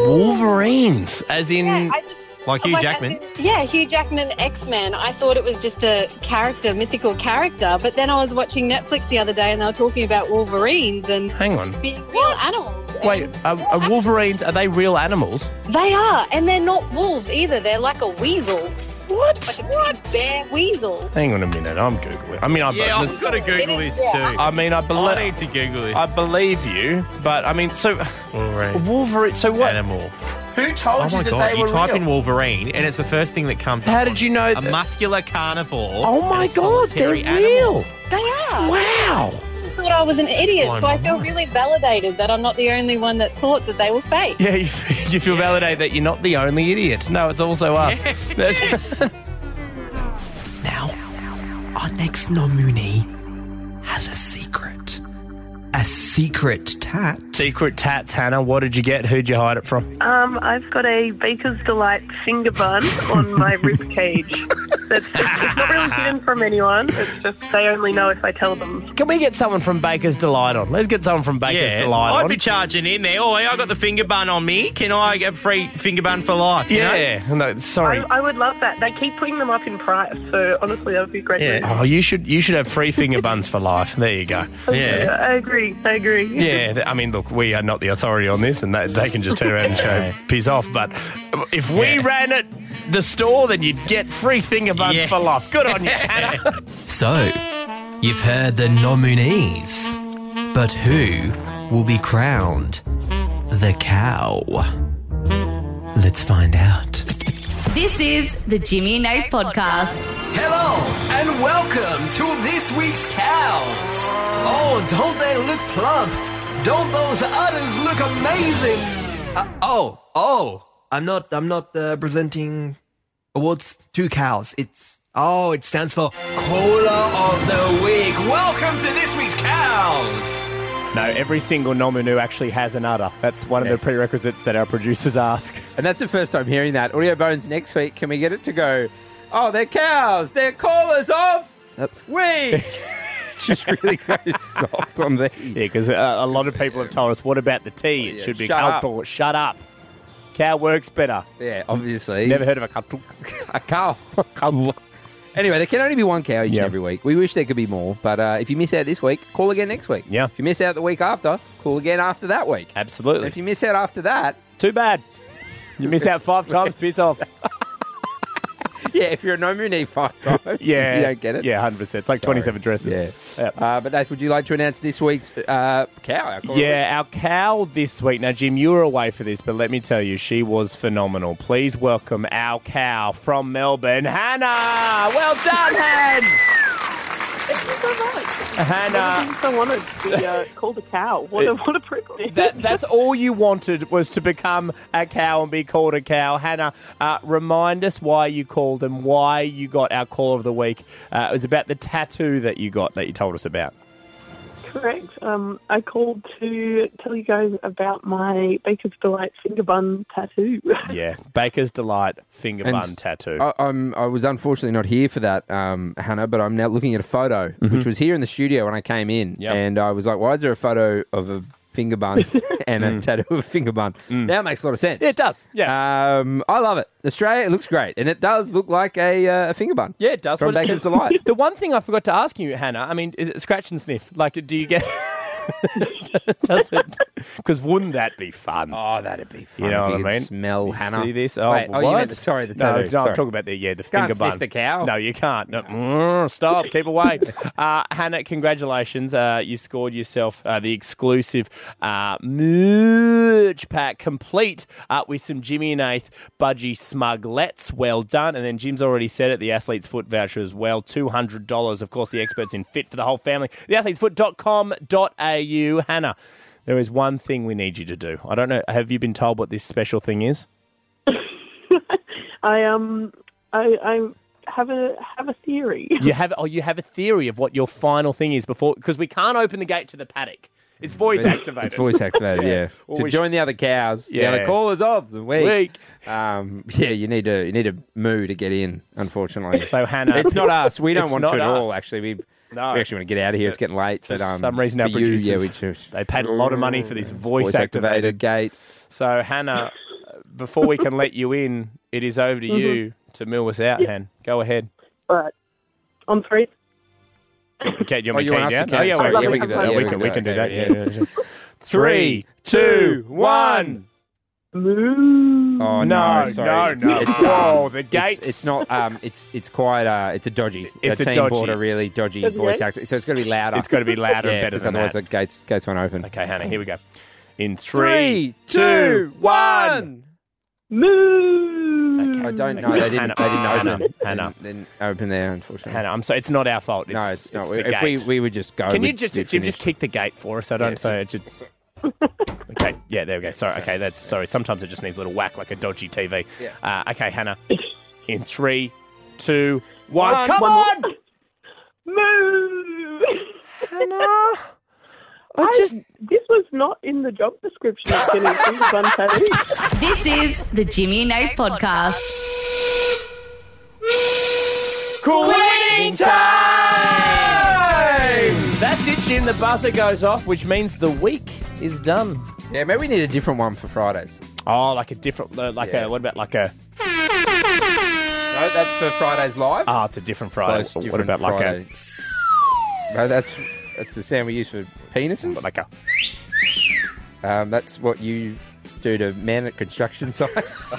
[SPEAKER 3] Wolverines, as in
[SPEAKER 19] I just-
[SPEAKER 3] like
[SPEAKER 19] like, as in- yeah, Hugh Jackman, X Men. I thought it was just a character, mythical character. But then I was watching Netflix the other day, and they were talking about Wolverines and
[SPEAKER 3] Hang on.
[SPEAKER 19] being real animals. and
[SPEAKER 3] Wait, are, are Wolverines are they real animals?
[SPEAKER 19] they are, and they're not wolves either. They're like a weasel.
[SPEAKER 3] What?
[SPEAKER 19] Like a what? bear weasel.
[SPEAKER 3] Hang on a minute, I'm googling. I mean, I
[SPEAKER 19] Yeah, I've gotta Google this too.
[SPEAKER 3] I mean, I believe I need
[SPEAKER 20] to Google this.
[SPEAKER 3] I believe you, but I mean, so Wolverine. Wolverine. So what?
[SPEAKER 20] Animal.
[SPEAKER 3] Who told
[SPEAKER 20] Oh
[SPEAKER 3] you
[SPEAKER 20] my
[SPEAKER 3] that
[SPEAKER 20] god!
[SPEAKER 3] they
[SPEAKER 20] You
[SPEAKER 3] were
[SPEAKER 20] type
[SPEAKER 3] real?
[SPEAKER 20] in Wolverine, and it's the first thing that comes.
[SPEAKER 3] How
[SPEAKER 20] up
[SPEAKER 3] did
[SPEAKER 20] on
[SPEAKER 3] you know
[SPEAKER 20] A
[SPEAKER 3] that-
[SPEAKER 20] muscular carnivore.
[SPEAKER 3] Oh my god, they're
[SPEAKER 20] solitary animal.
[SPEAKER 3] real.
[SPEAKER 19] They are.
[SPEAKER 3] Wow.
[SPEAKER 19] I thought I was an idiot,
[SPEAKER 3] blown
[SPEAKER 19] so I
[SPEAKER 3] my
[SPEAKER 19] feel really validated that I'm not the only one that thought that they were fake.
[SPEAKER 3] Yeah, you, you feel validated that you're not the only idiot. No, it's also us. That's-
[SPEAKER 11] Our next nominee has a secret. A secret tat.
[SPEAKER 3] Secret tats, Hannah. What did you get? Who'd you hide it from?
[SPEAKER 21] Um, I've got a Baker's Delight finger bun on my rib cage. That's just, it's not really hidden from anyone. It's just they only know if I tell them.
[SPEAKER 3] Can we get someone from Baker's Delight on? Let's get someone from Baker's
[SPEAKER 20] Yeah,
[SPEAKER 3] Delight
[SPEAKER 20] I'd
[SPEAKER 3] on.
[SPEAKER 20] be charging in there. Oh, I got the finger bun on me. Can I get free finger bun for life? you know?
[SPEAKER 3] yeah, no, sorry.
[SPEAKER 21] I would love that. They keep putting them up in price, so honestly, that would be great.
[SPEAKER 3] Oh, you should you should have free finger buns for life. There you go.
[SPEAKER 21] I agree. I agree.
[SPEAKER 3] Yeah, th- I mean, look, we are not the authority on this, and they, they can just turn around and show piss off. But if we ran it the store, then you'd get free finger buns for life. Good on you, Hannah.
[SPEAKER 11] So, you've heard the nominees, but who will be crowned the cow? Let's find out.
[SPEAKER 1] This is the Jimmy and Nate podcast.
[SPEAKER 11] Hello and welcome to this week's cows. Oh, don't they look plump? Don't those udders look amazing? Uh, oh, oh, I'm not. I'm not uh, presenting awards to cows. It's Oh, it stands for Caller of the Week. Welcome to this week's Cows.
[SPEAKER 3] No, every single Nominu actually has an udder. That's one of the prerequisites that our producers ask.
[SPEAKER 4] And that's the first time hearing that. Audio Bones next week, can we get it to go, oh, they're cows, they're callers of we.
[SPEAKER 3] Just really goes soft on the Yeah, because uh, a lot of people have told us, what about the tea? It
[SPEAKER 4] Oh, yeah,
[SPEAKER 3] should be
[SPEAKER 4] shut up.
[SPEAKER 3] cowboy. Shut up. Cow works better.
[SPEAKER 4] Yeah, obviously.
[SPEAKER 3] Never heard of a cow.
[SPEAKER 4] a cow. Anyway, there can only be one cow each and every week. We wish there could be more, but uh, if you miss out this week, call again next week. Yeah. If you miss out the week after, call again after that week.
[SPEAKER 3] Absolutely.
[SPEAKER 4] if you miss out after that,
[SPEAKER 3] too bad. You miss out five times, piss off.
[SPEAKER 4] yeah, if you're a nominee five times,
[SPEAKER 3] Yeah.
[SPEAKER 4] you don't get it.
[SPEAKER 3] Yeah, 100%. It's like 27 dresses.
[SPEAKER 4] Yeah. Uh, but Nath, would you like to announce this week's uh, cow? Our call of the week?
[SPEAKER 3] Yeah, our cow this week. Now, Jim, you were away for this, but let me tell you, she was phenomenal. Please welcome our cow from Melbourne,
[SPEAKER 12] Ah,
[SPEAKER 3] Hannah. Well done, Hen.
[SPEAKER 21] Thank you so much.
[SPEAKER 3] Hannah.
[SPEAKER 21] I was so honored to be uh, called a cow. What a, what a privilege.
[SPEAKER 3] That, that's all you wanted was to become a cow and be called a cow. Hannah, uh, remind us why you called and why you got our call of the week. Uh, it was about the tattoo that you got that you told us about.
[SPEAKER 21] Correct. Um, I called to tell you guys about my Baker's Delight finger bun tattoo.
[SPEAKER 3] Yeah, Baker's Delight finger
[SPEAKER 4] And
[SPEAKER 3] bun tattoo.
[SPEAKER 4] I, I'm, I was unfortunately not here for that, um, Hannah, but I'm now looking at a photo, which
[SPEAKER 3] Mm-hmm.
[SPEAKER 4] was here in the studio when I came in. And I was like, why is there a photo of a finger bun and a tattoo of a finger bun? Now it makes a lot of sense.
[SPEAKER 3] Mm. It does.
[SPEAKER 4] Yeah. Um, I love it. Australia, it looks great. And it does look like a, uh, a finger bun.
[SPEAKER 3] Yeah, it does.
[SPEAKER 4] From
[SPEAKER 3] what it
[SPEAKER 4] Baker's
[SPEAKER 3] says.
[SPEAKER 4] Delight.
[SPEAKER 3] The one thing I forgot to ask you, Hannah, I mean, is it scratch and sniff? Like, do you get. does it? Because wouldn't that be fun?
[SPEAKER 4] Oh, that'd be fun
[SPEAKER 3] You know
[SPEAKER 4] if
[SPEAKER 3] what
[SPEAKER 4] you
[SPEAKER 3] I
[SPEAKER 4] could
[SPEAKER 3] mean?
[SPEAKER 4] smell
[SPEAKER 3] You
[SPEAKER 4] Hannah.
[SPEAKER 3] See this? Oh,
[SPEAKER 4] Wait, oh,
[SPEAKER 3] what?
[SPEAKER 4] you meant the- sorry, the
[SPEAKER 3] no,
[SPEAKER 4] tattoo,
[SPEAKER 3] no,
[SPEAKER 4] sorry.
[SPEAKER 3] I'm talking about the yeah, the
[SPEAKER 4] Can't
[SPEAKER 3] finger
[SPEAKER 4] sniff
[SPEAKER 3] bun.
[SPEAKER 4] the cow.
[SPEAKER 3] No, you can't. No, mm, stop. Keep away. uh, Hannah, congratulations. Uh, you scored yourself uh, the exclusive uh, merch pack, complete uh, with some Jimmy and Eighth budgie smuglets. Well done. And then Jim's already said it. The athlete's foot voucher as well. Two hundred dollars. Of course, the experts in fit for the whole family. Theathletesfoot.com.au. Hannah. There is one thing we need you to do. I don't know. Have you been told what this special thing is?
[SPEAKER 21] I um I I have a have a theory.
[SPEAKER 3] You have oh, you have a theory of what your final thing is before because we can't open the gate to the paddock. It's voice
[SPEAKER 4] It's-
[SPEAKER 3] activated.
[SPEAKER 4] It's voice activated, yeah.
[SPEAKER 3] Well,
[SPEAKER 4] So
[SPEAKER 3] we sh-
[SPEAKER 4] join the other cows.
[SPEAKER 3] Yeah.
[SPEAKER 4] The other callers of the week.
[SPEAKER 3] Week.
[SPEAKER 4] Um, yeah, you need to you need a moo to get in, unfortunately.
[SPEAKER 3] So, Hannah-
[SPEAKER 4] it's not us. We don't
[SPEAKER 3] It's
[SPEAKER 4] want to
[SPEAKER 3] not
[SPEAKER 4] at all.
[SPEAKER 3] us.
[SPEAKER 4] Actually, we,
[SPEAKER 3] No.
[SPEAKER 4] we actually want to get out of here. It's getting late.
[SPEAKER 3] For
[SPEAKER 4] but um,
[SPEAKER 3] some reason, our
[SPEAKER 4] for you,
[SPEAKER 3] producers
[SPEAKER 4] yeah, we just,
[SPEAKER 3] they paid a lot of money for this voice activated
[SPEAKER 4] gate.
[SPEAKER 3] So Hannah, before we can let you in, it is over to you to mill us out, Han. Go ahead.
[SPEAKER 21] All right. On three.
[SPEAKER 3] Okay, you
[SPEAKER 4] Oh,
[SPEAKER 3] want me
[SPEAKER 4] you
[SPEAKER 3] to
[SPEAKER 4] want us
[SPEAKER 3] count
[SPEAKER 4] to
[SPEAKER 3] you
[SPEAKER 4] count?
[SPEAKER 3] down? Oh,
[SPEAKER 4] Sorry,
[SPEAKER 3] yeah,
[SPEAKER 4] yeah,
[SPEAKER 3] we
[SPEAKER 4] we can do that, yeah,
[SPEAKER 3] can do that. We can we can do that. yeah, yeah, yeah.
[SPEAKER 4] Three,
[SPEAKER 3] Three, two, one.
[SPEAKER 21] Moo.
[SPEAKER 4] Oh
[SPEAKER 3] No,
[SPEAKER 4] no,
[SPEAKER 3] no,
[SPEAKER 4] sorry.
[SPEAKER 3] no. Whoa, the
[SPEAKER 4] it's-
[SPEAKER 3] gates.
[SPEAKER 4] It's, not. Um, it's it's quite. Uh, it's a dodgy.
[SPEAKER 3] It's
[SPEAKER 4] the
[SPEAKER 3] a
[SPEAKER 4] team
[SPEAKER 3] dodgy.
[SPEAKER 4] bought a really dodgy
[SPEAKER 3] Doesn't
[SPEAKER 4] voice
[SPEAKER 3] it?
[SPEAKER 4] actor, so it's got to be louder.
[SPEAKER 3] It's gotta be louder and
[SPEAKER 4] Yeah,
[SPEAKER 3] better
[SPEAKER 4] 'cause
[SPEAKER 3] than
[SPEAKER 4] otherwise
[SPEAKER 3] that.
[SPEAKER 4] the gates gates won't open.
[SPEAKER 3] Okay, Hannah, here we go. In three,
[SPEAKER 4] Three, two, one.
[SPEAKER 21] Moo.
[SPEAKER 4] I don't know. They didn't. They
[SPEAKER 3] Hannah,
[SPEAKER 4] didn't open.
[SPEAKER 3] Hannah,
[SPEAKER 4] They
[SPEAKER 3] Hannah.
[SPEAKER 4] didn't- they didn't open there, unfortunately.
[SPEAKER 3] Hannah, I'm sorry. It's not our fault.
[SPEAKER 4] no,
[SPEAKER 3] It's-
[SPEAKER 4] it's not.
[SPEAKER 3] it's
[SPEAKER 4] We-
[SPEAKER 3] the
[SPEAKER 4] if we
[SPEAKER 3] gate.
[SPEAKER 4] we would just go.
[SPEAKER 3] Can you
[SPEAKER 4] we'd-
[SPEAKER 3] just
[SPEAKER 4] we'd
[SPEAKER 3] Jim just
[SPEAKER 4] finish.
[SPEAKER 3] kick the gate for us? I don't
[SPEAKER 4] Yes.
[SPEAKER 3] say it. Just... okay, yeah, there we go. Sorry. Okay, that's sorry. Sometimes it just needs a little whack like a dodgy TV.
[SPEAKER 4] Yeah.
[SPEAKER 3] Uh, okay, Hannah. In three, two, one.
[SPEAKER 21] One,
[SPEAKER 3] Come
[SPEAKER 21] one more.
[SPEAKER 3] on,
[SPEAKER 21] Moo.
[SPEAKER 3] Hannah. I,
[SPEAKER 21] just this was not in the job description. of getting finger bun tattoo.
[SPEAKER 1] This is the Jimmy and Nate podcast.
[SPEAKER 3] Quitting time! That's it, Jim. The buzzer goes off, which means the week is done.
[SPEAKER 4] um, Yeah, maybe we need a different one for Fridays.
[SPEAKER 3] Oh, like a different, uh, like
[SPEAKER 4] Yeah.
[SPEAKER 3] a, what about like a,
[SPEAKER 4] No, that's for Fridays live.
[SPEAKER 3] oh, it's a different Friday.
[SPEAKER 4] Close,
[SPEAKER 3] what
[SPEAKER 4] different
[SPEAKER 3] about like
[SPEAKER 4] Friday. No, that's that's the sound we use for penises.
[SPEAKER 3] Like a.
[SPEAKER 4] Um, that's what you do to men at construction sites.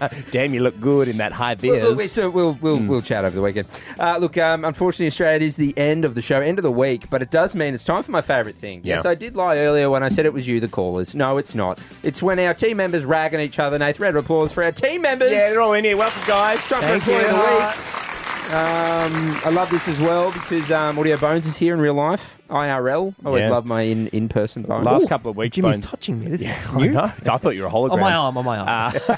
[SPEAKER 3] a, damn, you look good in that high
[SPEAKER 4] We'll- We'll,
[SPEAKER 3] vis. Hmm.
[SPEAKER 4] we'll, we'll, we'll, we'll chat over the weekend. Uh, look, um, unfortunately, Australia, it is the end of the show, end of the week, but it does mean it's time for my favourite thing.
[SPEAKER 3] Yeah.
[SPEAKER 4] Yes, I did lie earlier when I said it was you, the callers. No, it's not. It's when our team members rag on each other. Nath, round of applause for our team members.
[SPEAKER 3] Yeah, they're all in here. Welcome, guys.
[SPEAKER 4] Time for Employee of the Week. Um, I love this as well because um, Audio Bones is here in real life, IRL. I always
[SPEAKER 3] Yeah.
[SPEAKER 4] love my in in person Bones.
[SPEAKER 3] Last couple of weeks,
[SPEAKER 4] Jimmy's
[SPEAKER 3] Bones.
[SPEAKER 4] touching me. This is
[SPEAKER 3] I
[SPEAKER 4] new.
[SPEAKER 3] know. So I thought you were a hologram.
[SPEAKER 4] On my
[SPEAKER 3] arm, on my arm.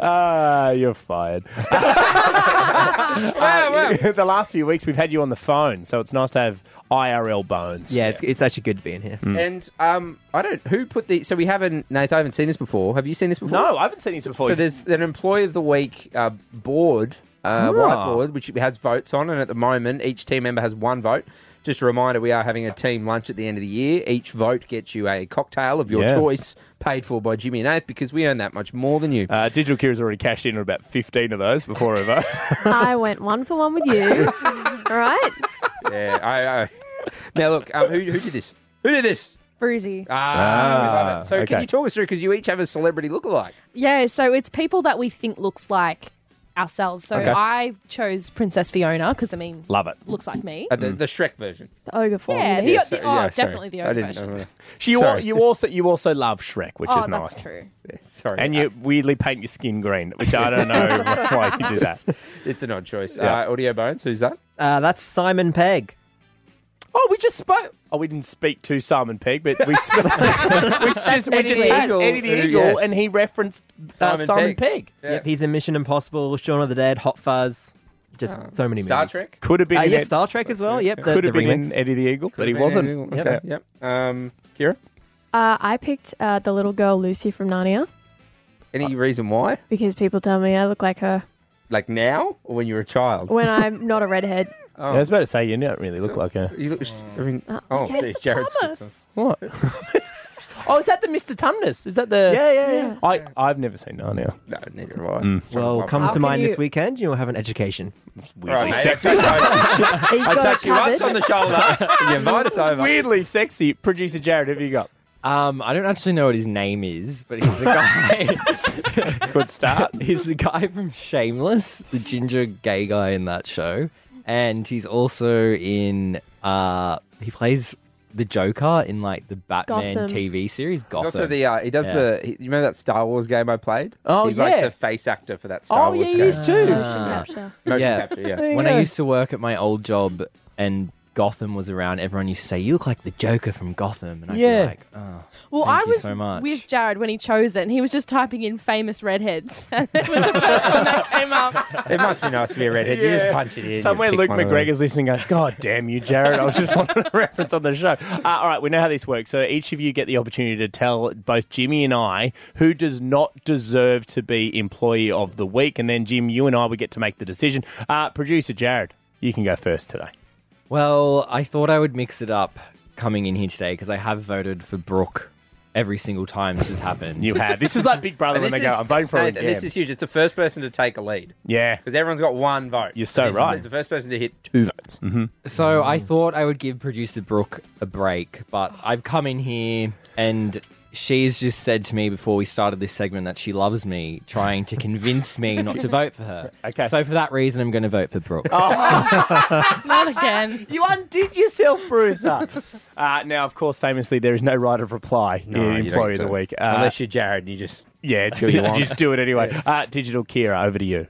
[SPEAKER 3] Ah, you're fired. Uh, the last few weeks we've had you on the phone, so it's nice to have IRL bones.
[SPEAKER 4] Yeah, it's-
[SPEAKER 3] actually good being here.
[SPEAKER 4] And um, I don't who put the so we haven't Nath. I haven't seen this before. Have you seen this before?
[SPEAKER 3] No, I haven't seen these before.
[SPEAKER 4] So there's an employee of the week uh, board, uh,
[SPEAKER 3] Ah.
[SPEAKER 4] whiteboard, which has votes on, and at the moment each team member has one vote. Just a reminder, we are having a team lunch at the end of the year. Each vote gets you a cocktail of your
[SPEAKER 3] Yeah.
[SPEAKER 4] choice, paid for by Jimmy and Nath, because we earn that much more than you.
[SPEAKER 3] Uh, Digital Kira's already cashed in on about 15 of those before over.
[SPEAKER 22] I went one for one with you. All right,
[SPEAKER 4] yeah, I, I. Now look, um, who, who did this? Who did this?
[SPEAKER 22] Bruzy.
[SPEAKER 4] Ah, we
[SPEAKER 3] Ah,
[SPEAKER 4] love it. So
[SPEAKER 3] okay.
[SPEAKER 4] can you talk us through because you each have a celebrity lookalike?
[SPEAKER 22] Yeah, so it's people that we think looks like ourselves. So
[SPEAKER 4] Okay.
[SPEAKER 22] I chose Princess Fiona because I mean,
[SPEAKER 3] Love it.
[SPEAKER 22] looks like me.
[SPEAKER 4] Uh, the,
[SPEAKER 3] Mm.
[SPEAKER 4] the Shrek version.
[SPEAKER 22] the ogre form. Yeah, the, the-
[SPEAKER 3] uh,
[SPEAKER 22] oh, definitely the ogre version.
[SPEAKER 3] She, you, al-
[SPEAKER 4] Sorry.
[SPEAKER 3] you also you also love Shrek, which
[SPEAKER 22] oh,
[SPEAKER 3] is nice.
[SPEAKER 22] that's true.
[SPEAKER 4] Sorry. Uh,
[SPEAKER 3] And you weirdly paint your skin green, which I don't know why you do that.
[SPEAKER 4] It's an odd choice.
[SPEAKER 3] Yeah.
[SPEAKER 4] Uh, Audio Bones, who's that?
[SPEAKER 6] Uh, that's Simon Pegg.
[SPEAKER 3] Oh, we just spoke. Oh, we didn't speak to Simon Pegg, but we, sp- we just, we
[SPEAKER 6] Eddie
[SPEAKER 3] just
[SPEAKER 6] the
[SPEAKER 3] had
[SPEAKER 6] Eagle.
[SPEAKER 3] Eddie the
[SPEAKER 6] Who-
[SPEAKER 3] Eagle,
[SPEAKER 6] yes.
[SPEAKER 3] and he referenced uh, Simon, Pegg.
[SPEAKER 6] Yep, he's in Mission Impossible, Shaun of the Dead, Hot Fuzz. Just
[SPEAKER 4] Oh.
[SPEAKER 6] so many
[SPEAKER 4] Star
[SPEAKER 6] movies.
[SPEAKER 4] Trek?
[SPEAKER 3] Could have been
[SPEAKER 6] Uh,
[SPEAKER 3] in
[SPEAKER 6] yeah,
[SPEAKER 3] Ed-
[SPEAKER 6] Star Trek as well. Yep, the-
[SPEAKER 3] Could have
[SPEAKER 6] the
[SPEAKER 3] been in
[SPEAKER 6] remix.
[SPEAKER 3] Eddie the Eagle, but he
[SPEAKER 4] been Eddie
[SPEAKER 3] wasn't.
[SPEAKER 4] the Eagle. Okay, yep. Um, Kira,
[SPEAKER 22] Uh, I picked uh, the little girl Lucy from Narnia
[SPEAKER 3] Uh,
[SPEAKER 4] any reason why?
[SPEAKER 22] because people tell me I look like her
[SPEAKER 4] Like now or when you were a child?
[SPEAKER 22] when I'm not a redhead.
[SPEAKER 4] Oh.
[SPEAKER 3] Yeah, I was about to say you don't really look like her.
[SPEAKER 4] You look, I mean,
[SPEAKER 22] Uh,
[SPEAKER 4] oh,
[SPEAKER 22] okay,
[SPEAKER 4] geez,
[SPEAKER 22] it's
[SPEAKER 4] Jared's.
[SPEAKER 22] Thomas.
[SPEAKER 3] What? oh, is that the Mr. Tumnus? Is that the?
[SPEAKER 6] Yeah, yeah, yeah.
[SPEAKER 3] I I've never seen Narnia.
[SPEAKER 4] No, neither have I.
[SPEAKER 3] Mm.
[SPEAKER 6] Well, come
[SPEAKER 22] How
[SPEAKER 6] to
[SPEAKER 22] can
[SPEAKER 6] mine
[SPEAKER 22] you-
[SPEAKER 6] this weekend. You'll have an education.
[SPEAKER 3] Weirdly sexy.
[SPEAKER 4] I
[SPEAKER 6] got
[SPEAKER 4] touch
[SPEAKER 6] it
[SPEAKER 4] you once on
[SPEAKER 6] covered.
[SPEAKER 4] the shoulder. and you invite us over.
[SPEAKER 3] Weirdly sexy. Producer Jared, have you got?
[SPEAKER 6] Um, I don't actually know what his name is, but he's a guy.
[SPEAKER 3] Good start.
[SPEAKER 6] he's the guy from Shameless, the ginger gay guy in that show, and he's also in. Uh, he plays the Joker in like the Batman
[SPEAKER 4] Gotham.
[SPEAKER 6] TV series.
[SPEAKER 4] He's
[SPEAKER 6] Gotham.
[SPEAKER 4] also the uh, he does
[SPEAKER 6] Yeah.
[SPEAKER 4] the he, you remember that Star Wars game I played?
[SPEAKER 6] Oh,
[SPEAKER 4] he's like
[SPEAKER 6] yeah.
[SPEAKER 4] the face actor for that Star
[SPEAKER 6] Oh,
[SPEAKER 4] Wars
[SPEAKER 6] yeah, he
[SPEAKER 4] game.
[SPEAKER 6] is too.
[SPEAKER 4] Motion
[SPEAKER 6] Ah.
[SPEAKER 4] capture. Motion capture, yeah.
[SPEAKER 6] When I used to work at my old job and Gotham was around, everyone used to say, "You look like the Joker from Gotham," and I'd
[SPEAKER 3] Yeah.
[SPEAKER 6] be like, "Oh,
[SPEAKER 22] Well,
[SPEAKER 6] thank
[SPEAKER 22] I
[SPEAKER 6] you
[SPEAKER 22] was
[SPEAKER 6] so much."
[SPEAKER 22] with Jared when he chose it, and he was just typing in famous redheads. and it was the first one that came up.
[SPEAKER 4] It must be nice to be a redhead. You just punch it in. you
[SPEAKER 3] Somewhere
[SPEAKER 4] pick
[SPEAKER 3] Luke
[SPEAKER 4] one of them.
[SPEAKER 3] McGregor's listening, going, God damn you, Jared. I was just wanting a reference on the show. Uh, all right, we know how this works. So each of you get the opportunity to tell both Jimmy and I who does not deserve to be Employee of the Week. And then, Jim, you and I, we get to make the decision. Uh, Producer Jared, you can go first today.
[SPEAKER 6] Well, I thought I would mix it up coming in here today because I have voted for Brooke every single time this has happened.
[SPEAKER 3] You have. This is like Big Brother
[SPEAKER 6] And
[SPEAKER 3] when they
[SPEAKER 6] this
[SPEAKER 3] go,
[SPEAKER 6] is-
[SPEAKER 3] I'm voting for
[SPEAKER 4] Nathan,
[SPEAKER 3] him.
[SPEAKER 4] This is huge. It's the first person to take a lead
[SPEAKER 3] Yeah.
[SPEAKER 4] because everyone's got one vote.
[SPEAKER 6] You're so
[SPEAKER 4] He's-
[SPEAKER 6] right.
[SPEAKER 4] He's the first person to hit two votes.
[SPEAKER 6] Mm-hmm. So I thought I would give producer Brooke a break, but I've come in here and she's just said to me before we started this segment that she loves me, trying to convince me not to vote for her. Okay. So for that reason, I'm going to vote for Brooke.
[SPEAKER 12] Oh.
[SPEAKER 22] Not again.
[SPEAKER 3] You undid yourself, Bruiser. uh, now, of course, famously, there is no right of reply
[SPEAKER 4] No,
[SPEAKER 3] in
[SPEAKER 4] you
[SPEAKER 3] Employee of
[SPEAKER 4] don't
[SPEAKER 3] the
[SPEAKER 4] do it.
[SPEAKER 3] Week. Uh,
[SPEAKER 4] Unless you're Jared, you just
[SPEAKER 3] yeah,
[SPEAKER 4] do what you want.
[SPEAKER 3] just do it anyway. Uh, Digital Kira, over to you.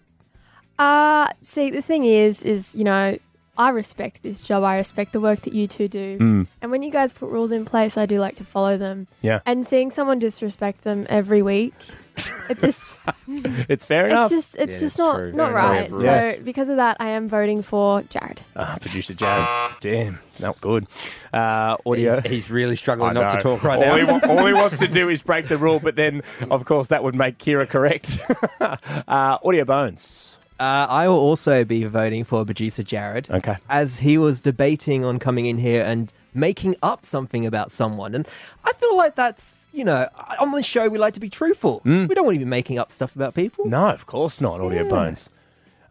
[SPEAKER 23] Uh, see, the thing is, is, you know, I respect this job. I respect the work that you two do.
[SPEAKER 3] Mm.
[SPEAKER 23] And when you guys put rules in place, I do like to follow them.
[SPEAKER 3] Yeah.
[SPEAKER 23] And seeing someone disrespect them every week, it just,
[SPEAKER 3] It's fair
[SPEAKER 23] it's
[SPEAKER 3] enough.
[SPEAKER 23] just, it's just not, not right. So because of that, I am voting for Jared.
[SPEAKER 4] Uh,
[SPEAKER 3] Ah, producer Jared. Damn, not good. Uh, audio.
[SPEAKER 4] He's- he's really struggling
[SPEAKER 3] I
[SPEAKER 4] not to
[SPEAKER 3] know.
[SPEAKER 4] talk right
[SPEAKER 3] all
[SPEAKER 4] now.
[SPEAKER 3] He wa- all he wants to do is break the rule, but then, of course, that would make Kira correct. uh, audio Bones.
[SPEAKER 6] Uh, I will also be voting for producer Jared.
[SPEAKER 3] Okay.
[SPEAKER 6] As he was debating on coming in here and making up something about someone. And I feel like that's, you know, uh, on the show, we like to be truthful.
[SPEAKER 3] Mm.
[SPEAKER 6] We don't want to be making up stuff about people.
[SPEAKER 3] No, of course not, Audio Bones.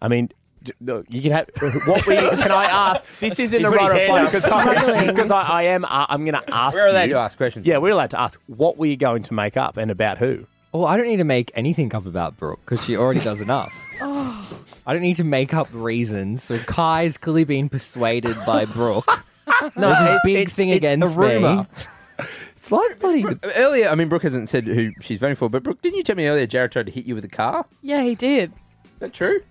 [SPEAKER 3] I mean, d- look, you can have what we can I ask? This isn't
[SPEAKER 4] He
[SPEAKER 3] a
[SPEAKER 4] put his
[SPEAKER 3] right
[SPEAKER 4] hand
[SPEAKER 3] reply
[SPEAKER 4] up.
[SPEAKER 3] because I, because I, I am. Uh, I'm going to ask.
[SPEAKER 4] We're allowed
[SPEAKER 3] you-
[SPEAKER 4] to ask questions.
[SPEAKER 3] Yeah, we're allowed to ask. What were you going to make up and about who?
[SPEAKER 6] Well, I don't need to make anything up about Brooke because she already does enough.
[SPEAKER 4] Oh.
[SPEAKER 6] I don't need to make up reasons. So Kai's clearly been persuaded by Brooke.
[SPEAKER 4] No,
[SPEAKER 6] no, There's this
[SPEAKER 4] it's-
[SPEAKER 6] big
[SPEAKER 4] it's-
[SPEAKER 6] thing
[SPEAKER 4] it's
[SPEAKER 6] against
[SPEAKER 4] a rumour.
[SPEAKER 6] me. It's like bloody.
[SPEAKER 4] Earlier, I mean, Brooke hasn't said who she's voting for, but Brooke, didn't you tell me earlier Jared tried to hit you with a car?
[SPEAKER 22] Yeah, he did.
[SPEAKER 4] Is that true?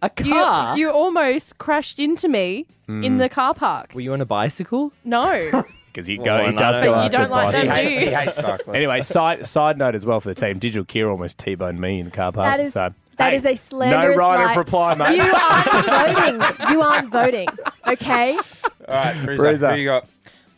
[SPEAKER 6] A car?
[SPEAKER 22] You, you almost crashed into me in
[SPEAKER 6] Mm.
[SPEAKER 22] the car park.
[SPEAKER 6] Were you on a bicycle?
[SPEAKER 22] No.
[SPEAKER 3] Because he,
[SPEAKER 6] Well,
[SPEAKER 3] go, he
[SPEAKER 6] no.
[SPEAKER 3] does
[SPEAKER 22] But
[SPEAKER 3] go
[SPEAKER 22] you
[SPEAKER 3] after
[SPEAKER 22] don't like them,
[SPEAKER 3] bicycles.
[SPEAKER 22] do He hates- you? he hates cyclists.
[SPEAKER 3] Anyway, side, side note as well for the team. Digital Kier almost T-boned me in the car park.
[SPEAKER 23] That is-
[SPEAKER 3] so.
[SPEAKER 23] that is a slanderous
[SPEAKER 3] No right
[SPEAKER 23] lie.
[SPEAKER 3] of reply, mate.
[SPEAKER 23] You aren't voting. You aren't voting. Okay.
[SPEAKER 4] All right, Bruiser,
[SPEAKER 3] Bruiser.
[SPEAKER 4] who you got?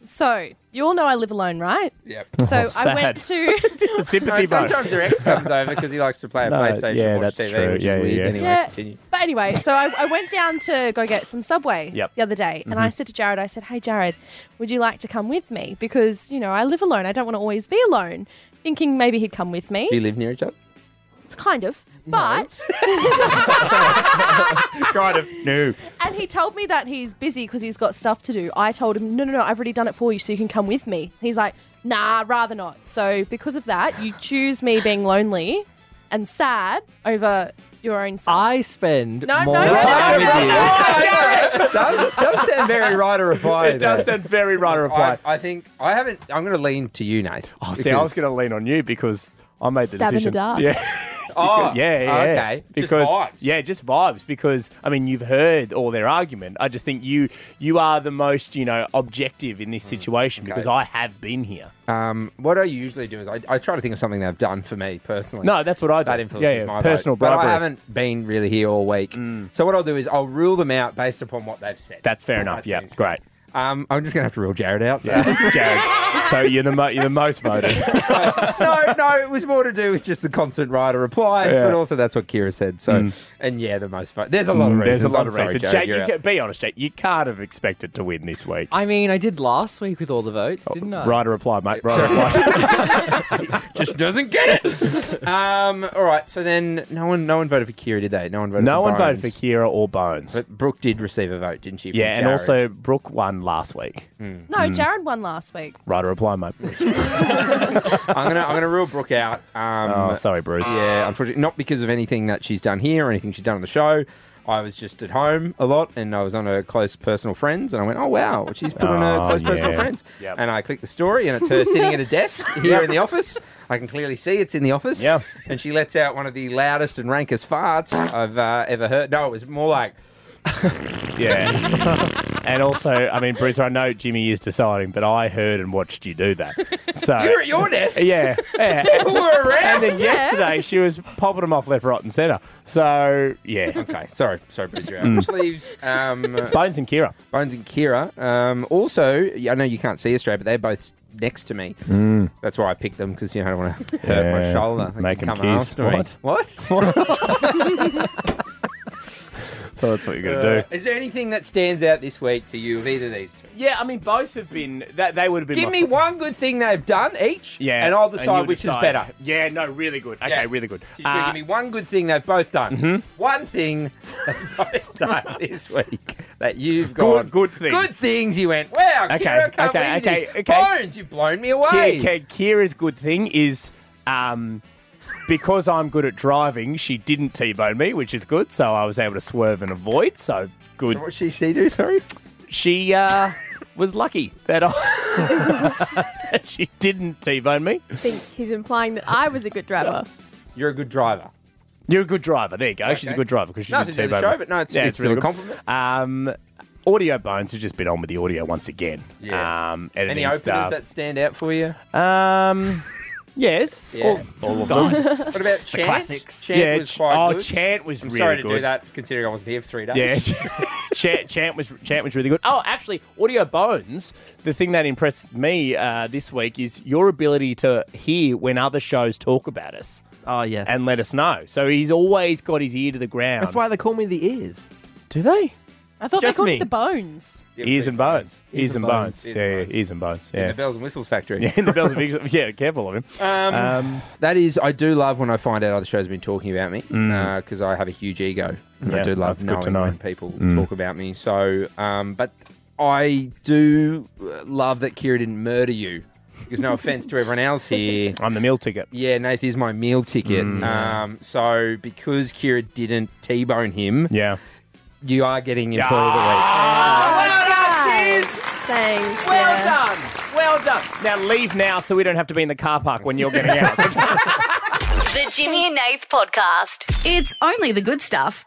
[SPEAKER 22] So, you all know I live alone, right?
[SPEAKER 4] Yep.
[SPEAKER 22] So,
[SPEAKER 4] Oh,
[SPEAKER 22] I went
[SPEAKER 4] sad.
[SPEAKER 22] to.
[SPEAKER 4] It's a sympathy no, Sometimes your ex comes over because he likes to play a
[SPEAKER 3] No,
[SPEAKER 4] PlayStation
[SPEAKER 3] yeah,
[SPEAKER 4] and watch
[SPEAKER 3] that's
[SPEAKER 4] TV,
[SPEAKER 3] true.
[SPEAKER 4] which
[SPEAKER 3] Yeah, yeah,
[SPEAKER 4] is weird.
[SPEAKER 3] yeah.
[SPEAKER 4] Anyway,
[SPEAKER 22] Yeah.
[SPEAKER 4] continue.
[SPEAKER 22] But anyway, so I, I went down to go get some Subway
[SPEAKER 4] Yep.
[SPEAKER 22] the other day, and I
[SPEAKER 4] Mhm.
[SPEAKER 22] said to Jared, I said, "Hey Jared, would you like to come with me? Because you know I live alone. I don't want to always be alone." Thinking maybe he'd come with me.
[SPEAKER 4] Do you live near each other?
[SPEAKER 22] It's kind of, but
[SPEAKER 3] kind of no.
[SPEAKER 22] and he told me that he's busy because he's got stuff to do. I told him, "No, no, no, I've already done it for you, so you can come with me." And he's like, "Nah, rather not." So because of that, you choose me being lonely and sad over your own. Son.
[SPEAKER 6] I spend
[SPEAKER 22] No,
[SPEAKER 6] more
[SPEAKER 22] no, no,
[SPEAKER 6] time
[SPEAKER 22] no,
[SPEAKER 6] with
[SPEAKER 22] no,
[SPEAKER 6] you.
[SPEAKER 4] does, does sound very right of reply.
[SPEAKER 3] It does sound very right of reply.
[SPEAKER 4] I, I think I haven't. I'm going to lean to you, Nate.
[SPEAKER 3] Oh, see, I was going to lean on you because I made the
[SPEAKER 4] Stab in the
[SPEAKER 3] decision.
[SPEAKER 4] dark.
[SPEAKER 3] Yeah.
[SPEAKER 4] Oh,
[SPEAKER 3] yeah, yeah.
[SPEAKER 4] okay. Just
[SPEAKER 3] Because
[SPEAKER 4] vibes.
[SPEAKER 3] yeah, just vibes. Because I mean, you've heard all their argument. I just think you you are the most you know objective in this
[SPEAKER 4] Mm,
[SPEAKER 3] situation because I have been here.
[SPEAKER 4] Um, what I usually do is I, I try to think of something they've done for me personally.
[SPEAKER 3] No, that's what I do.
[SPEAKER 4] That influences
[SPEAKER 3] Yeah, yeah,
[SPEAKER 4] my vote.
[SPEAKER 3] personal
[SPEAKER 4] But
[SPEAKER 3] bribery. Mm.
[SPEAKER 4] I haven't been really here all week. So what I'll do is I'll rule them out based upon what they've said.
[SPEAKER 3] That's fair enough. Yeah, great.
[SPEAKER 4] Um, I'm just gonna have to rule Jared out.
[SPEAKER 3] Yeah, Jared. So you're the mo- you're the most voted.
[SPEAKER 4] no, no, it was more to do with just the constant rider reply,
[SPEAKER 3] Yeah.
[SPEAKER 4] but also that's what Kira said. So,
[SPEAKER 3] Mm.
[SPEAKER 4] and yeah, the most fun. There's a lot of
[SPEAKER 3] Mm,
[SPEAKER 4] reasons.
[SPEAKER 3] There's a lot
[SPEAKER 4] I'm
[SPEAKER 3] of
[SPEAKER 4] sorry,
[SPEAKER 3] reasons.
[SPEAKER 4] Jared,
[SPEAKER 3] Jake,
[SPEAKER 4] you're
[SPEAKER 3] you
[SPEAKER 4] out.
[SPEAKER 3] can, be honest, Jake. You can't have expected to win this week. Oh,
[SPEAKER 6] I mean, I did last week with all the votes, didn't I?
[SPEAKER 3] Right a reply, mate. Right a reply.
[SPEAKER 4] just doesn't get it. Um, all right, so then no one, no one voted for Kira, did they? No one voted.
[SPEAKER 3] No
[SPEAKER 4] for
[SPEAKER 3] one voted
[SPEAKER 4] Bones.
[SPEAKER 3] for Kira or Bones.
[SPEAKER 4] But Brooke did receive a vote, didn't she? from
[SPEAKER 3] yeah, and
[SPEAKER 4] Jared? Hmm.
[SPEAKER 3] also Brooke won last week.
[SPEAKER 22] No,
[SPEAKER 4] Mm.
[SPEAKER 22] Jared won last week.
[SPEAKER 3] Right a reply, mate.
[SPEAKER 4] I'm gonna, I'm gonna rule Brooke out. Um,
[SPEAKER 3] Oh, sorry, Bruce.
[SPEAKER 4] Yeah, unfortunately, not because of anything that she's done here or anything she's done on the show. I was just at home a lot, and I was on her close personal friends, and I went, "Oh wow, she's put on her
[SPEAKER 3] Oh,
[SPEAKER 4] close personal
[SPEAKER 3] yeah.
[SPEAKER 4] friends." Um,
[SPEAKER 3] Yep.
[SPEAKER 4] And I clicked the story, and it's her sitting at a desk here
[SPEAKER 3] Yep.
[SPEAKER 4] in the office. I can clearly see it's in the office. Yeah. And she lets out one of the loudest and rankest farts I've uh, ever heard. No, it was more like.
[SPEAKER 3] Yeah. and also, I mean, Bruce, I know Jimmy is deciding, but I heard and watched you do that. So
[SPEAKER 4] You were at your desk.
[SPEAKER 3] Yeah. yeah.
[SPEAKER 4] People were around.
[SPEAKER 3] And then
[SPEAKER 4] Yeah.
[SPEAKER 3] yesterday she was popping them off left, right, and centre. So yeah.
[SPEAKER 4] Okay. Sorry. Sorry, Bruce. You're out.
[SPEAKER 3] Mm.
[SPEAKER 4] Which leaves um,
[SPEAKER 3] Bones and Kira.
[SPEAKER 4] Bones and Kira. Um, also, I know you can't see us straight, but they're both next to me.
[SPEAKER 3] Mm.
[SPEAKER 4] That's why I picked them because you know, I don't want to hurt my
[SPEAKER 3] Yeah.
[SPEAKER 4] shoulder. They
[SPEAKER 3] Make
[SPEAKER 4] can
[SPEAKER 3] them
[SPEAKER 4] come
[SPEAKER 3] kiss.
[SPEAKER 4] after me.
[SPEAKER 3] What?
[SPEAKER 4] What?
[SPEAKER 3] So that's what you're gonna
[SPEAKER 4] Uh,
[SPEAKER 3] do.
[SPEAKER 4] Is there anything that stands out this week to you of either of these two?
[SPEAKER 3] Yeah, I mean, both have been that they would have been.
[SPEAKER 4] Give
[SPEAKER 3] my
[SPEAKER 4] me one good thing they've done each,
[SPEAKER 3] Yeah,
[SPEAKER 4] and I'll
[SPEAKER 3] and
[SPEAKER 4] decide
[SPEAKER 3] you'll
[SPEAKER 4] which
[SPEAKER 3] decide.
[SPEAKER 4] is better.
[SPEAKER 3] Yeah, no, really good. Okay, really good.
[SPEAKER 4] You're just gonna
[SPEAKER 3] Uh, Mm-hmm.
[SPEAKER 4] give me one good thing they've both done. One thing they've both done this week that you've gone
[SPEAKER 3] Good- good thing.
[SPEAKER 4] Good things you went. Wow,
[SPEAKER 3] Okay,
[SPEAKER 4] Kira can't
[SPEAKER 3] okay,
[SPEAKER 4] believe
[SPEAKER 3] okay,
[SPEAKER 4] this.
[SPEAKER 3] okay.
[SPEAKER 4] Bones, you've blown me
[SPEAKER 3] Ki-
[SPEAKER 4] away.
[SPEAKER 3] Ki- Kira's good thing is um, because I'm good at driving, she didn't T-bone me, which is good. So I was able to swerve and avoid. So good.
[SPEAKER 4] what she she do? Sorry,
[SPEAKER 3] she uh, was lucky that I she didn't T-bone me.
[SPEAKER 23] I think he's implying that I was a good driver.
[SPEAKER 4] You're a good driver.
[SPEAKER 3] You're a good driver. There you go. She's a
[SPEAKER 4] Okay.
[SPEAKER 3] good driver because she
[SPEAKER 4] Nothing
[SPEAKER 3] didn't
[SPEAKER 4] to do with
[SPEAKER 3] T-bone
[SPEAKER 4] the
[SPEAKER 3] me.
[SPEAKER 4] show, but no, it's- it's still a
[SPEAKER 3] good. Um, audio bones has just been on with the audio once again.
[SPEAKER 4] Yeah.
[SPEAKER 3] Um, editing
[SPEAKER 4] Any openers
[SPEAKER 3] stuff.
[SPEAKER 4] that stand out for you?
[SPEAKER 3] Um, yes.
[SPEAKER 4] Yeah.
[SPEAKER 3] All, all of them.
[SPEAKER 4] what about
[SPEAKER 3] The
[SPEAKER 4] Chant?
[SPEAKER 3] classics.
[SPEAKER 4] Chant
[SPEAKER 3] Yeah,
[SPEAKER 4] was
[SPEAKER 3] Ch-
[SPEAKER 4] quite
[SPEAKER 3] oh,
[SPEAKER 4] good.
[SPEAKER 3] Chant was
[SPEAKER 4] I'm
[SPEAKER 3] really
[SPEAKER 4] sorry to do
[SPEAKER 3] good.
[SPEAKER 4] that, considering I wasn't here for three days.
[SPEAKER 3] Yeah, Chant, Chant was Chant was really good. Oh, actually, Audio Bones. The thing that impressed me uh, this week is your ability to hear when other shows talk about us.
[SPEAKER 11] Oh yeah,
[SPEAKER 3] and let us know. So he's always got his ear to the ground.
[SPEAKER 11] That's why they call me the ears.
[SPEAKER 3] Do they?
[SPEAKER 22] I thought they
[SPEAKER 11] Just
[SPEAKER 22] called
[SPEAKER 11] me.
[SPEAKER 22] it the bones.
[SPEAKER 3] ears and bones.
[SPEAKER 4] Ears
[SPEAKER 3] Ears
[SPEAKER 4] and
[SPEAKER 3] and
[SPEAKER 4] bones.
[SPEAKER 3] bones. Yeah, yeah, ears and bones.
[SPEAKER 4] In
[SPEAKER 3] Yeah.
[SPEAKER 4] the bells and whistles factory.
[SPEAKER 3] Yeah, in the bells and whistles. Yeah, careful of him.
[SPEAKER 4] Um,
[SPEAKER 3] Um,
[SPEAKER 4] that is, I do love when I find out other shows have been talking about me because I have a huge ego. And I
[SPEAKER 3] Mm. Yeah,
[SPEAKER 4] do love
[SPEAKER 3] that's good
[SPEAKER 4] knowing
[SPEAKER 3] to know.
[SPEAKER 4] when people
[SPEAKER 3] Mm.
[SPEAKER 4] talk about me. So, um, but I do uh, love that Kira didn't murder you. Because no offense to everyone else here,
[SPEAKER 3] I'm the meal ticket.
[SPEAKER 4] Yeah, Nath is my meal ticket.
[SPEAKER 3] Mm.
[SPEAKER 4] Um, so because Kira didn't T-bone him,
[SPEAKER 3] yeah,
[SPEAKER 4] you are getting employee
[SPEAKER 3] Ah.
[SPEAKER 23] Thanks.
[SPEAKER 3] Well done. Well done. Now leave now so we don't have to be in the car park when you're getting out.
[SPEAKER 1] The Jimmy and Nath podcast. It's only the good stuff.